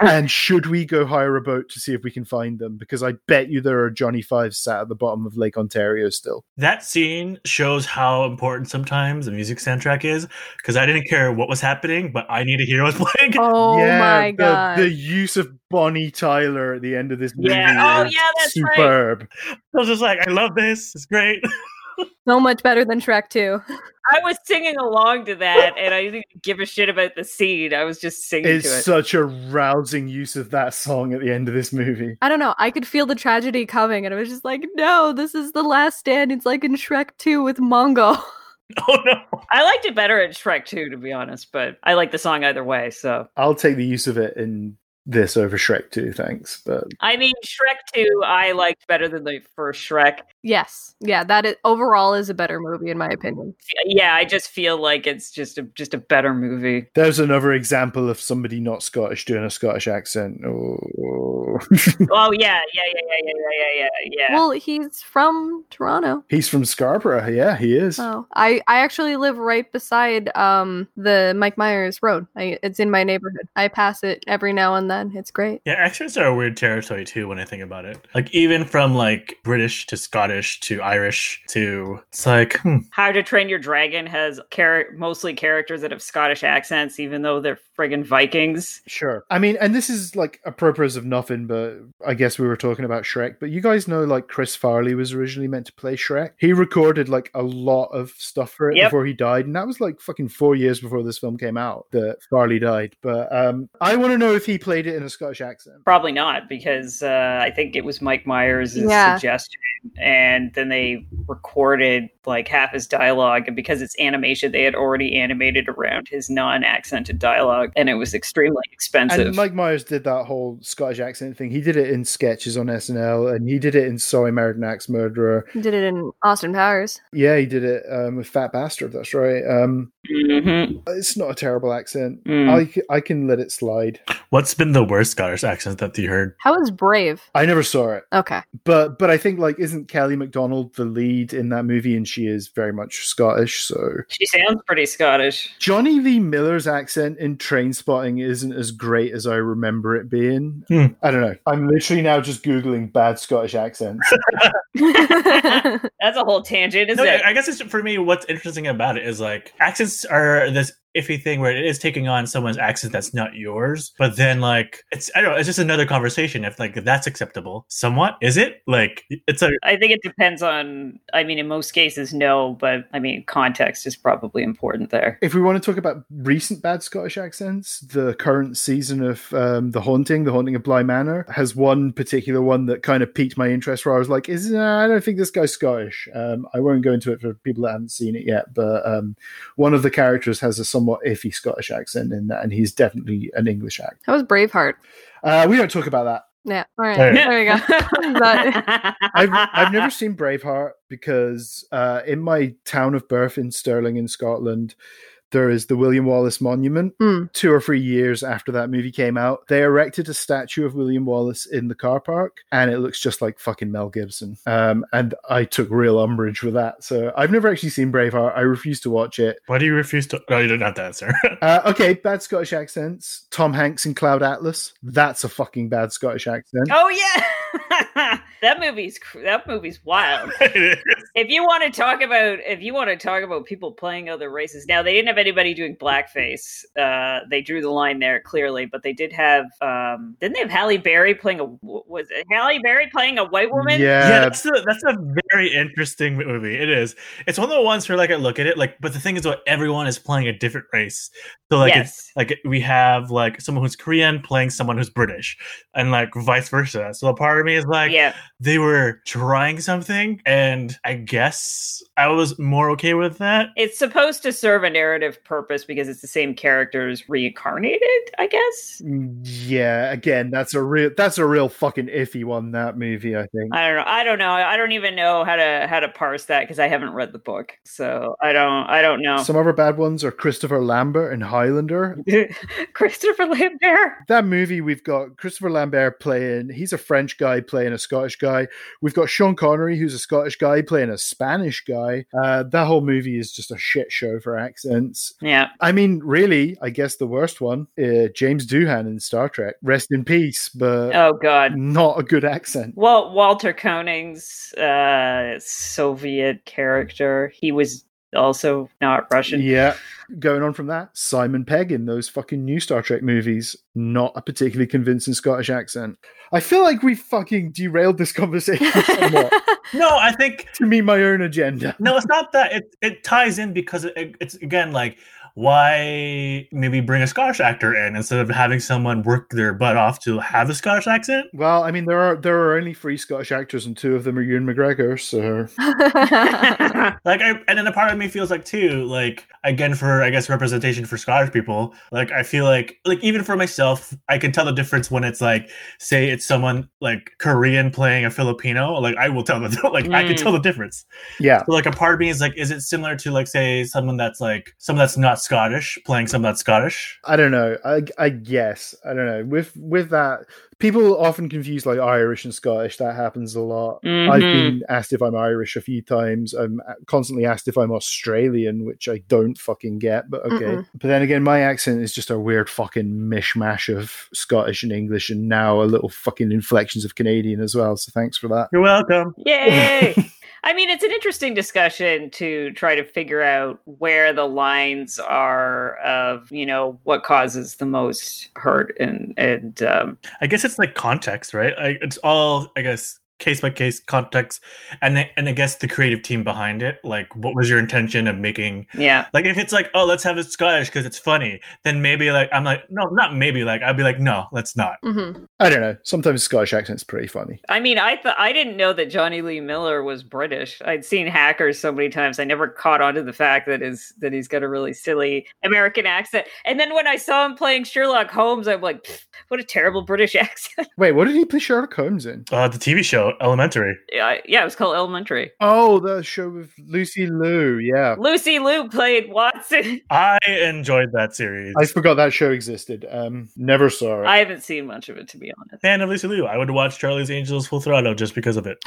[SPEAKER 5] and should we go hire a boat to see if we can find them? Because I bet you there are Johnny Five sat at the bottom of Lake Ontario still.
[SPEAKER 2] That scene shows how important sometimes the music soundtrack is because I didn't care what was happening, but I need to hear what's playing.
[SPEAKER 4] Oh
[SPEAKER 5] Yeah,
[SPEAKER 4] my
[SPEAKER 5] the-
[SPEAKER 4] god.
[SPEAKER 5] The, use of Bonnie Tyler at the end of this movie.
[SPEAKER 3] Yeah. Oh,
[SPEAKER 5] is
[SPEAKER 3] yeah, that's right.
[SPEAKER 5] superb.
[SPEAKER 2] I was just like, I love this. It's great.
[SPEAKER 4] so much better than Shrek 2.
[SPEAKER 3] I was singing along to that and I didn't give a shit about the scene. I was just singing
[SPEAKER 5] It's
[SPEAKER 3] to it.
[SPEAKER 5] such a rousing use of that song at the end of this movie.
[SPEAKER 4] I don't know. I could feel the tragedy coming, and I was just like, no, this is the last stand. It's like in Shrek 2 with Mongo.
[SPEAKER 2] Oh no.
[SPEAKER 3] I liked it better in Shrek 2, to be honest, but I like the song either way. So,
[SPEAKER 5] I'll take the use of it in this over Shrek 2, thanks. But
[SPEAKER 3] I mean, Shrek 2, I liked better than the first Shrek.
[SPEAKER 4] Yes. Yeah, that is, overall is a better movie, in my opinion.
[SPEAKER 3] Yeah, I just feel like it's just a just a better movie.
[SPEAKER 5] there's another example of somebody not Scottish doing a Scottish accent. Oh.
[SPEAKER 3] Oh yeah, yeah, yeah, yeah, yeah, yeah, yeah, yeah, yeah.
[SPEAKER 4] Well, he's from Toronto.
[SPEAKER 5] He's from Scarborough. Yeah, he is.
[SPEAKER 4] Oh, I, I actually live right beside um the Mike Myers Road. I, it's in my neighborhood. I pass it every now and then. It's great.
[SPEAKER 2] Yeah, accents are a weird territory too when I think about it. Like even from like British to Scottish to Irish to it's like hmm,
[SPEAKER 3] How to Train Your Dragon has char- mostly characters that have Scottish accents, even though they're friggin' Vikings.
[SPEAKER 5] Sure. I mean, and this is like appropriate of nothing, but I guess we were talking about Shrek. But you guys know, like, Chris Farley was originally meant to play Shrek. He recorded like a lot of stuff for it
[SPEAKER 3] Yep.
[SPEAKER 5] before he died. And that was like fucking four years before this film came out that Farley died. But um, I want to know if he played it in a Scottish accent.
[SPEAKER 3] Probably not, because uh, I think it was Mike Myers'
[SPEAKER 4] Yeah.
[SPEAKER 3] suggestion, and then they recorded like half his dialogue. And because it's animation, they had already animated around his non-accented dialogue, and it was extremely expensive.
[SPEAKER 5] And Mike Myers did that whole Scottish accent thing. He did it in sketches on SNL and he did it in Sorry American Axe Murderer.
[SPEAKER 4] Did it in Austin Powers.
[SPEAKER 5] Yeah, he did it um, with Fat Bastard. That's right. Um,
[SPEAKER 3] Mhm.
[SPEAKER 5] it's not a terrible accent.
[SPEAKER 3] Mm.
[SPEAKER 5] I, c- I can let it slide.
[SPEAKER 2] What's been the worst Scottish accent that you heard?
[SPEAKER 4] How is Brave?
[SPEAKER 5] I never saw it,
[SPEAKER 4] Okay.
[SPEAKER 5] but but I think like isn't Kelly MacDonald the lead in that movie, and she is very much Scottish. So
[SPEAKER 3] She sounds pretty Scottish.
[SPEAKER 5] Johnny V. Miller's accent in Train Spotting isn't as great as I remember it being.
[SPEAKER 2] Hmm.
[SPEAKER 5] I don't know. I'm literally now just googling bad Scottish accents.
[SPEAKER 3] That's a whole tangent,
[SPEAKER 2] No,
[SPEAKER 3] isn't it?
[SPEAKER 2] I I guess it's for me. What's interesting about it is like accents are this iffy thing where it is taking on someone's accent that's not yours, but then like it's I don't know. It's just another conversation. If like that's acceptable, somewhat is it? Like it's a
[SPEAKER 3] I think it depends on. I mean, in most cases, no, but I mean, context is probably important there.
[SPEAKER 5] if we want to talk about recent bad Scottish accents, the current season of um, The Haunting, The Haunting of Bly Manor, has one particular one that kind of piqued my interest where I was like, is, uh, I don't think this guy's Scottish. Um, I won't go into it for people that haven't seen it yet, but um, one of the characters has a somewhat iffy Scottish accent in that, and he's definitely an English actor.
[SPEAKER 4] How was Braveheart?
[SPEAKER 5] Uh, we don't talk about that.
[SPEAKER 4] Yeah. All right.
[SPEAKER 2] There.
[SPEAKER 4] There you go. That-
[SPEAKER 5] I've, I've never seen Braveheart because uh, in my town of birth in Stirling in Scotland, there is the William Wallace Monument.
[SPEAKER 4] Hmm.
[SPEAKER 5] Two or three years after that movie came out, they erected a statue of William Wallace in the car park, and it looks just like fucking Mel Gibson. Um, and I took real umbrage with that. So I've never actually seen Braveheart. I refuse to watch it.
[SPEAKER 2] why do you refuse to? No, you don't have to answer.
[SPEAKER 5] Uh, okay, bad Scottish accents. Tom Hanks in Cloud Atlas. That's a fucking bad Scottish accent.
[SPEAKER 3] oh yeah, that movie's cr- that movie's wild. if you want to talk about if you want to talk about people playing other races now they didn't have anybody doing blackface uh they drew the line there clearly but they did have um didn't they have halle berry playing a was it halle berry playing a white woman
[SPEAKER 2] yeah,
[SPEAKER 5] Yeah,
[SPEAKER 2] that's a, that's a very interesting movie. It is. It's one of the ones where like I look at it like, but the thing is, what everyone is playing a different race. So like, it's
[SPEAKER 3] yes
[SPEAKER 2] like we have like someone who's Korean playing someone who's British, and like vice versa. So a part of me is like,
[SPEAKER 3] yeah
[SPEAKER 2] they were trying something, and I guess I was more okay with that.
[SPEAKER 3] it's supposed to serve a narrative purpose because it's the same characters reincarnated i guess
[SPEAKER 5] Yeah, again, that's a real that's a real fucking iffy one. That movie, I think.
[SPEAKER 3] I don't know. I don't know. I don't even know how to how to parse that because I haven't read the book, so I don't. I don't know.
[SPEAKER 5] Some other bad ones are Christopher Lambert and Highlander.
[SPEAKER 3] Christopher Lambert.
[SPEAKER 5] That movie we've got Christopher Lambert playing. He's a French guy playing a Scottish guy. We've got Sean Connery, who's a Scottish guy playing a Spanish guy. Uh, that whole movie is just a shit show for accents.
[SPEAKER 3] Yeah.
[SPEAKER 5] I mean, really, I guess the worst one, uh, James Doohan in Star Trek. Rest in peace, but Hmm.
[SPEAKER 3] Oh God.
[SPEAKER 5] not a good accent.
[SPEAKER 3] Well, Walter Koenig's uh, Soviet character, he was also not Russian.
[SPEAKER 5] Yeah. Going on from that, Simon Pegg in those fucking new Star Trek movies, not a particularly convincing Scottish accent. I feel like we fucking derailed this conversation somewhat
[SPEAKER 2] No, I think
[SPEAKER 5] to meet my own agenda.
[SPEAKER 2] no, it's not that. It it ties in because it, it's again like why maybe bring a Scottish actor in instead of having someone work their butt off to have a Scottish accent.
[SPEAKER 5] Well, I mean, there are there are only three Scottish actors, and two of them are Ewan McGregor. So
[SPEAKER 2] Like, I, and then a part of me feels like too, like again for I guess representation for Scottish people. Like, I feel like like even for myself, I can tell the difference when it's like say it's someone like Korean playing a Filipino. Like, I will tell the like I can
[SPEAKER 3] Mm.
[SPEAKER 2] tell the difference.
[SPEAKER 5] yeah,
[SPEAKER 2] But like a part of me is like, is it similar to like say someone that's like someone that's not Scottish playing someone that's Scottish?
[SPEAKER 5] I don't know. I I guess I don't know. With with that, people often confuse like Irish and Scottish. That happens a lot. I've
[SPEAKER 3] Mhm.
[SPEAKER 5] been asked if I'm Irish a few times. I'm constantly asked if I'm Australian, which I don't fucking get, but okay.
[SPEAKER 4] Mm-mm.
[SPEAKER 5] But then again, my accent is just a weird fucking mishmash of Scottish and English and now a little fucking inflections of Canadian as well. So thanks for that.
[SPEAKER 2] You're welcome.
[SPEAKER 3] Yay! I mean, it's an interesting discussion to try to figure out where the lines are of, you know, what causes the most hurt and and um,
[SPEAKER 2] I guess it's like context, right? I, it's all, I guess, case by case context, and I- and I guess the creative team behind it. Like, what was your intention of making?
[SPEAKER 3] yeah.
[SPEAKER 2] Like, if it's like, oh, let's have it Scottish because it's funny, then maybe like I'm like, no, not maybe. Like, I'd be like, no, let's not.
[SPEAKER 4] Mhm.
[SPEAKER 5] I don't know. Sometimes Scottish accent's pretty funny.
[SPEAKER 3] I mean, I th- I didn't know that Johnny Lee Miller was British. I'd seen Hackers so many times. I never caught on to the fact that is that he's got a really silly American accent. And then when I saw him playing Sherlock Holmes, I'm like, "Pfft, what a terrible British accent.
[SPEAKER 5] Wait, what did he play Sherlock Holmes in?
[SPEAKER 2] Uh, the TV show show, Elementary.
[SPEAKER 3] Yeah, yeah, it was called Elementary.
[SPEAKER 5] Oh, the show with Lucy Liu. Yeah.
[SPEAKER 3] Lucy Liu played Watson.
[SPEAKER 2] I enjoyed that series.
[SPEAKER 5] I forgot that show existed. Um, never saw it.
[SPEAKER 3] I haven't seen much of it to be honest.
[SPEAKER 2] Fan of Lucy Liu. I would watch Charlie's Angels Full Throttle just because of it.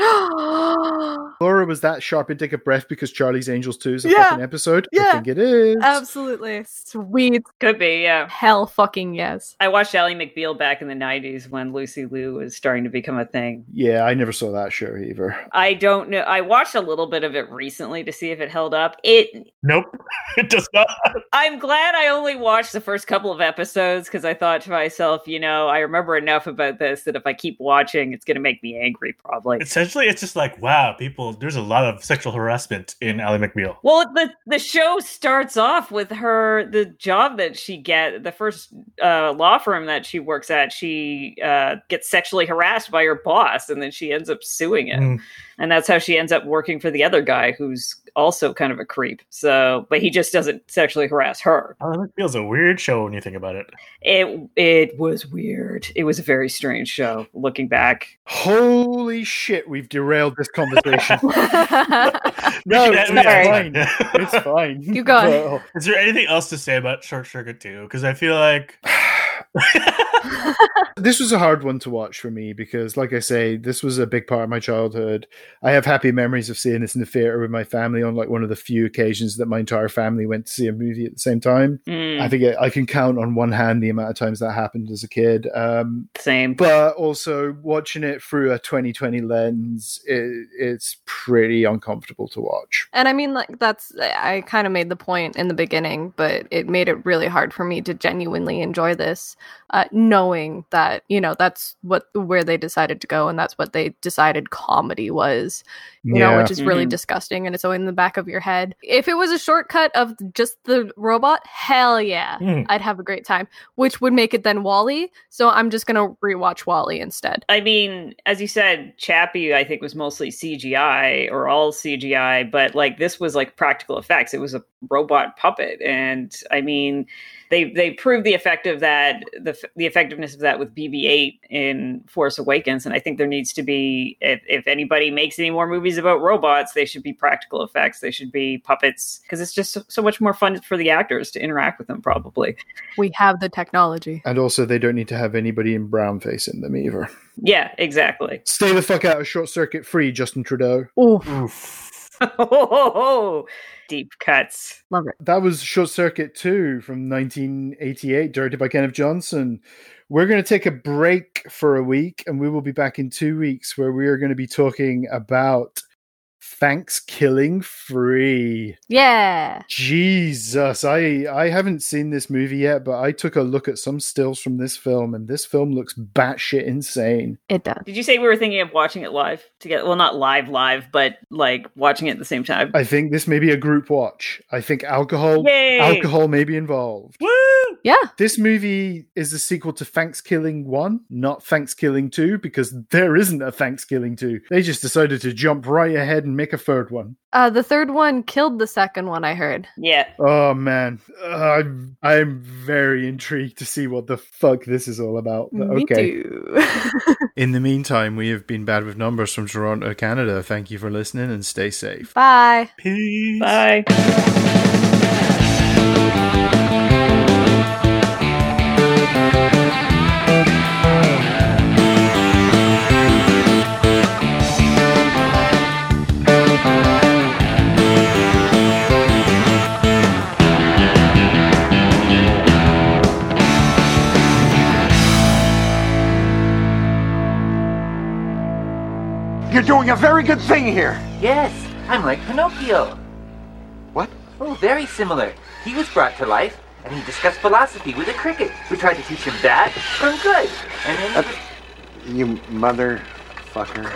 [SPEAKER 5] Laura, was that sharp intake of breath because Charlie's Angels 2 is a
[SPEAKER 4] Yeah.
[SPEAKER 5] fucking episode? I
[SPEAKER 4] Yeah. Um,
[SPEAKER 5] think it is.
[SPEAKER 4] Absolutely. Sweet.
[SPEAKER 3] Could be, yeah.
[SPEAKER 4] Hell fucking yes.
[SPEAKER 3] I watched Ally McBeal back in the '90s when Lucy Liu was starting to become a thing.
[SPEAKER 5] Yeah, I never saw that show either.
[SPEAKER 3] I don't know. I watched a little bit of it recently to see if it held up. It
[SPEAKER 2] Nope, it does not.
[SPEAKER 3] I'm glad I only watched the first couple of episodes because I thought to myself, you know, I remember enough about this that if I keep watching, it's going to make me angry, probably.
[SPEAKER 2] Essentially, it's just like wow, people. There's a lot of sexual harassment in Ally McBeal.
[SPEAKER 3] well, the the show starts off with her the job that she get the first uh, law firm that she works at. She uh, gets sexually harassed by her boss, and then she ends up suing it,
[SPEAKER 2] Mm.
[SPEAKER 3] and that's how she ends up working for the other guy who's also kind of a creep. So, but he just doesn't sexually harass her.
[SPEAKER 2] Ally McBeal's a weird show when you think about it.
[SPEAKER 3] It it was weird. It was a very strange show. Looking back,
[SPEAKER 5] Holy shit, we've derailed this conversation. no,
[SPEAKER 2] We
[SPEAKER 5] it's
[SPEAKER 2] can- yeah,
[SPEAKER 5] fine.
[SPEAKER 2] it's fine.
[SPEAKER 5] It's fine.
[SPEAKER 4] You go ahead.
[SPEAKER 5] Well,
[SPEAKER 2] Is there anything else to say about Short Circuit 2? Because I feel like
[SPEAKER 5] this was a hard one to watch for me because, like I say, this was a big part of my childhood. I have happy memories of seeing this in the theater with my family on like one of the few occasions that my entire family went to see a movie at the same time.
[SPEAKER 3] Mm,
[SPEAKER 5] I think I, I can count on one hand the amount of times that happened as a kid. Um,
[SPEAKER 3] same.
[SPEAKER 5] but also watching it through a 2020 lens, it, it's pretty uncomfortable to watch.
[SPEAKER 4] And I mean, like, that's, I kind of made the point in the beginning, but it made it really hard for me to genuinely enjoy this, uh, knowing that, you know, that's what, where they decided to go and that's what they decided comedy was, you know, which is really
[SPEAKER 3] Mhm.
[SPEAKER 4] disgusting and it's always in the back of your head. If it was a shortcut of just the robot, hell yeah,
[SPEAKER 2] Hmm.
[SPEAKER 4] I'd have a great time, which would make it then Wally. So I'm just going to rewatch Wally instead.
[SPEAKER 3] I mean, as you said, Chappie, I think, was mostly CGI or all CGI, but like this was like practical effects. It was a robot puppet, and I mean, they they proved the effect of that, the f- the effectiveness of that with BB-8 in Force Awakens, and I think there needs to be, if, if anybody makes any more movies about robots, they should be practical effects. They should be puppets because it's just so, so much more fun for the actors to interact with them, probably.
[SPEAKER 4] We have the technology.
[SPEAKER 5] and also, they don't need to have anybody in brown face in them either.
[SPEAKER 3] Yeah, exactly.
[SPEAKER 5] Stay the fuck out of short circuit free, Justin Trudeau.
[SPEAKER 4] Ooh,
[SPEAKER 2] oof.
[SPEAKER 3] deep cuts.
[SPEAKER 4] love it.
[SPEAKER 5] That was Short Circuit 2 from 1988, directed by Kenneth Johnson. We're going to take a break for a week and we will be back in two weeks where we are going to be talking about Thanksgiving Free.
[SPEAKER 4] Yeah.
[SPEAKER 5] Jesus, I I haven't seen this movie yet, but I took a look at some stills from this film, and this film looks batshit insane.
[SPEAKER 4] It does.
[SPEAKER 3] Did you say we were thinking of watching it live together? Well, not live, live, but like watching it at the same time.
[SPEAKER 5] I think this may be a group watch. I think alcohol
[SPEAKER 3] Yay!
[SPEAKER 5] alcohol may be involved.
[SPEAKER 2] Woo!
[SPEAKER 4] Yeah.
[SPEAKER 5] This movie is the sequel to Thanksgiving 1, not Thanksgiving 2, because there isn't a Thanksgiving 2. They just decided to jump right ahead and make a third one.
[SPEAKER 4] Uh, the third one killed the second one, I heard.
[SPEAKER 3] Yeah,
[SPEAKER 5] Oh, man. Uh, I'm, I'm very intrigued to see what the fuck this is all about. but
[SPEAKER 4] Me
[SPEAKER 5] Uh, okay.
[SPEAKER 4] too.
[SPEAKER 5] In the meantime, we have been Bad with Numbers from Toronto, Canada. Thank you for listening and stay safe.
[SPEAKER 4] Bye.
[SPEAKER 2] Peace.
[SPEAKER 3] bye.
[SPEAKER 6] You're doing a very good thing here.
[SPEAKER 7] Yes, I'm like Pinocchio.
[SPEAKER 6] What?
[SPEAKER 7] Oh, very similar. He was brought to life, and he discussed philosophy with a cricket. We tried to teach him bad from good, and then.
[SPEAKER 6] You motherfucker.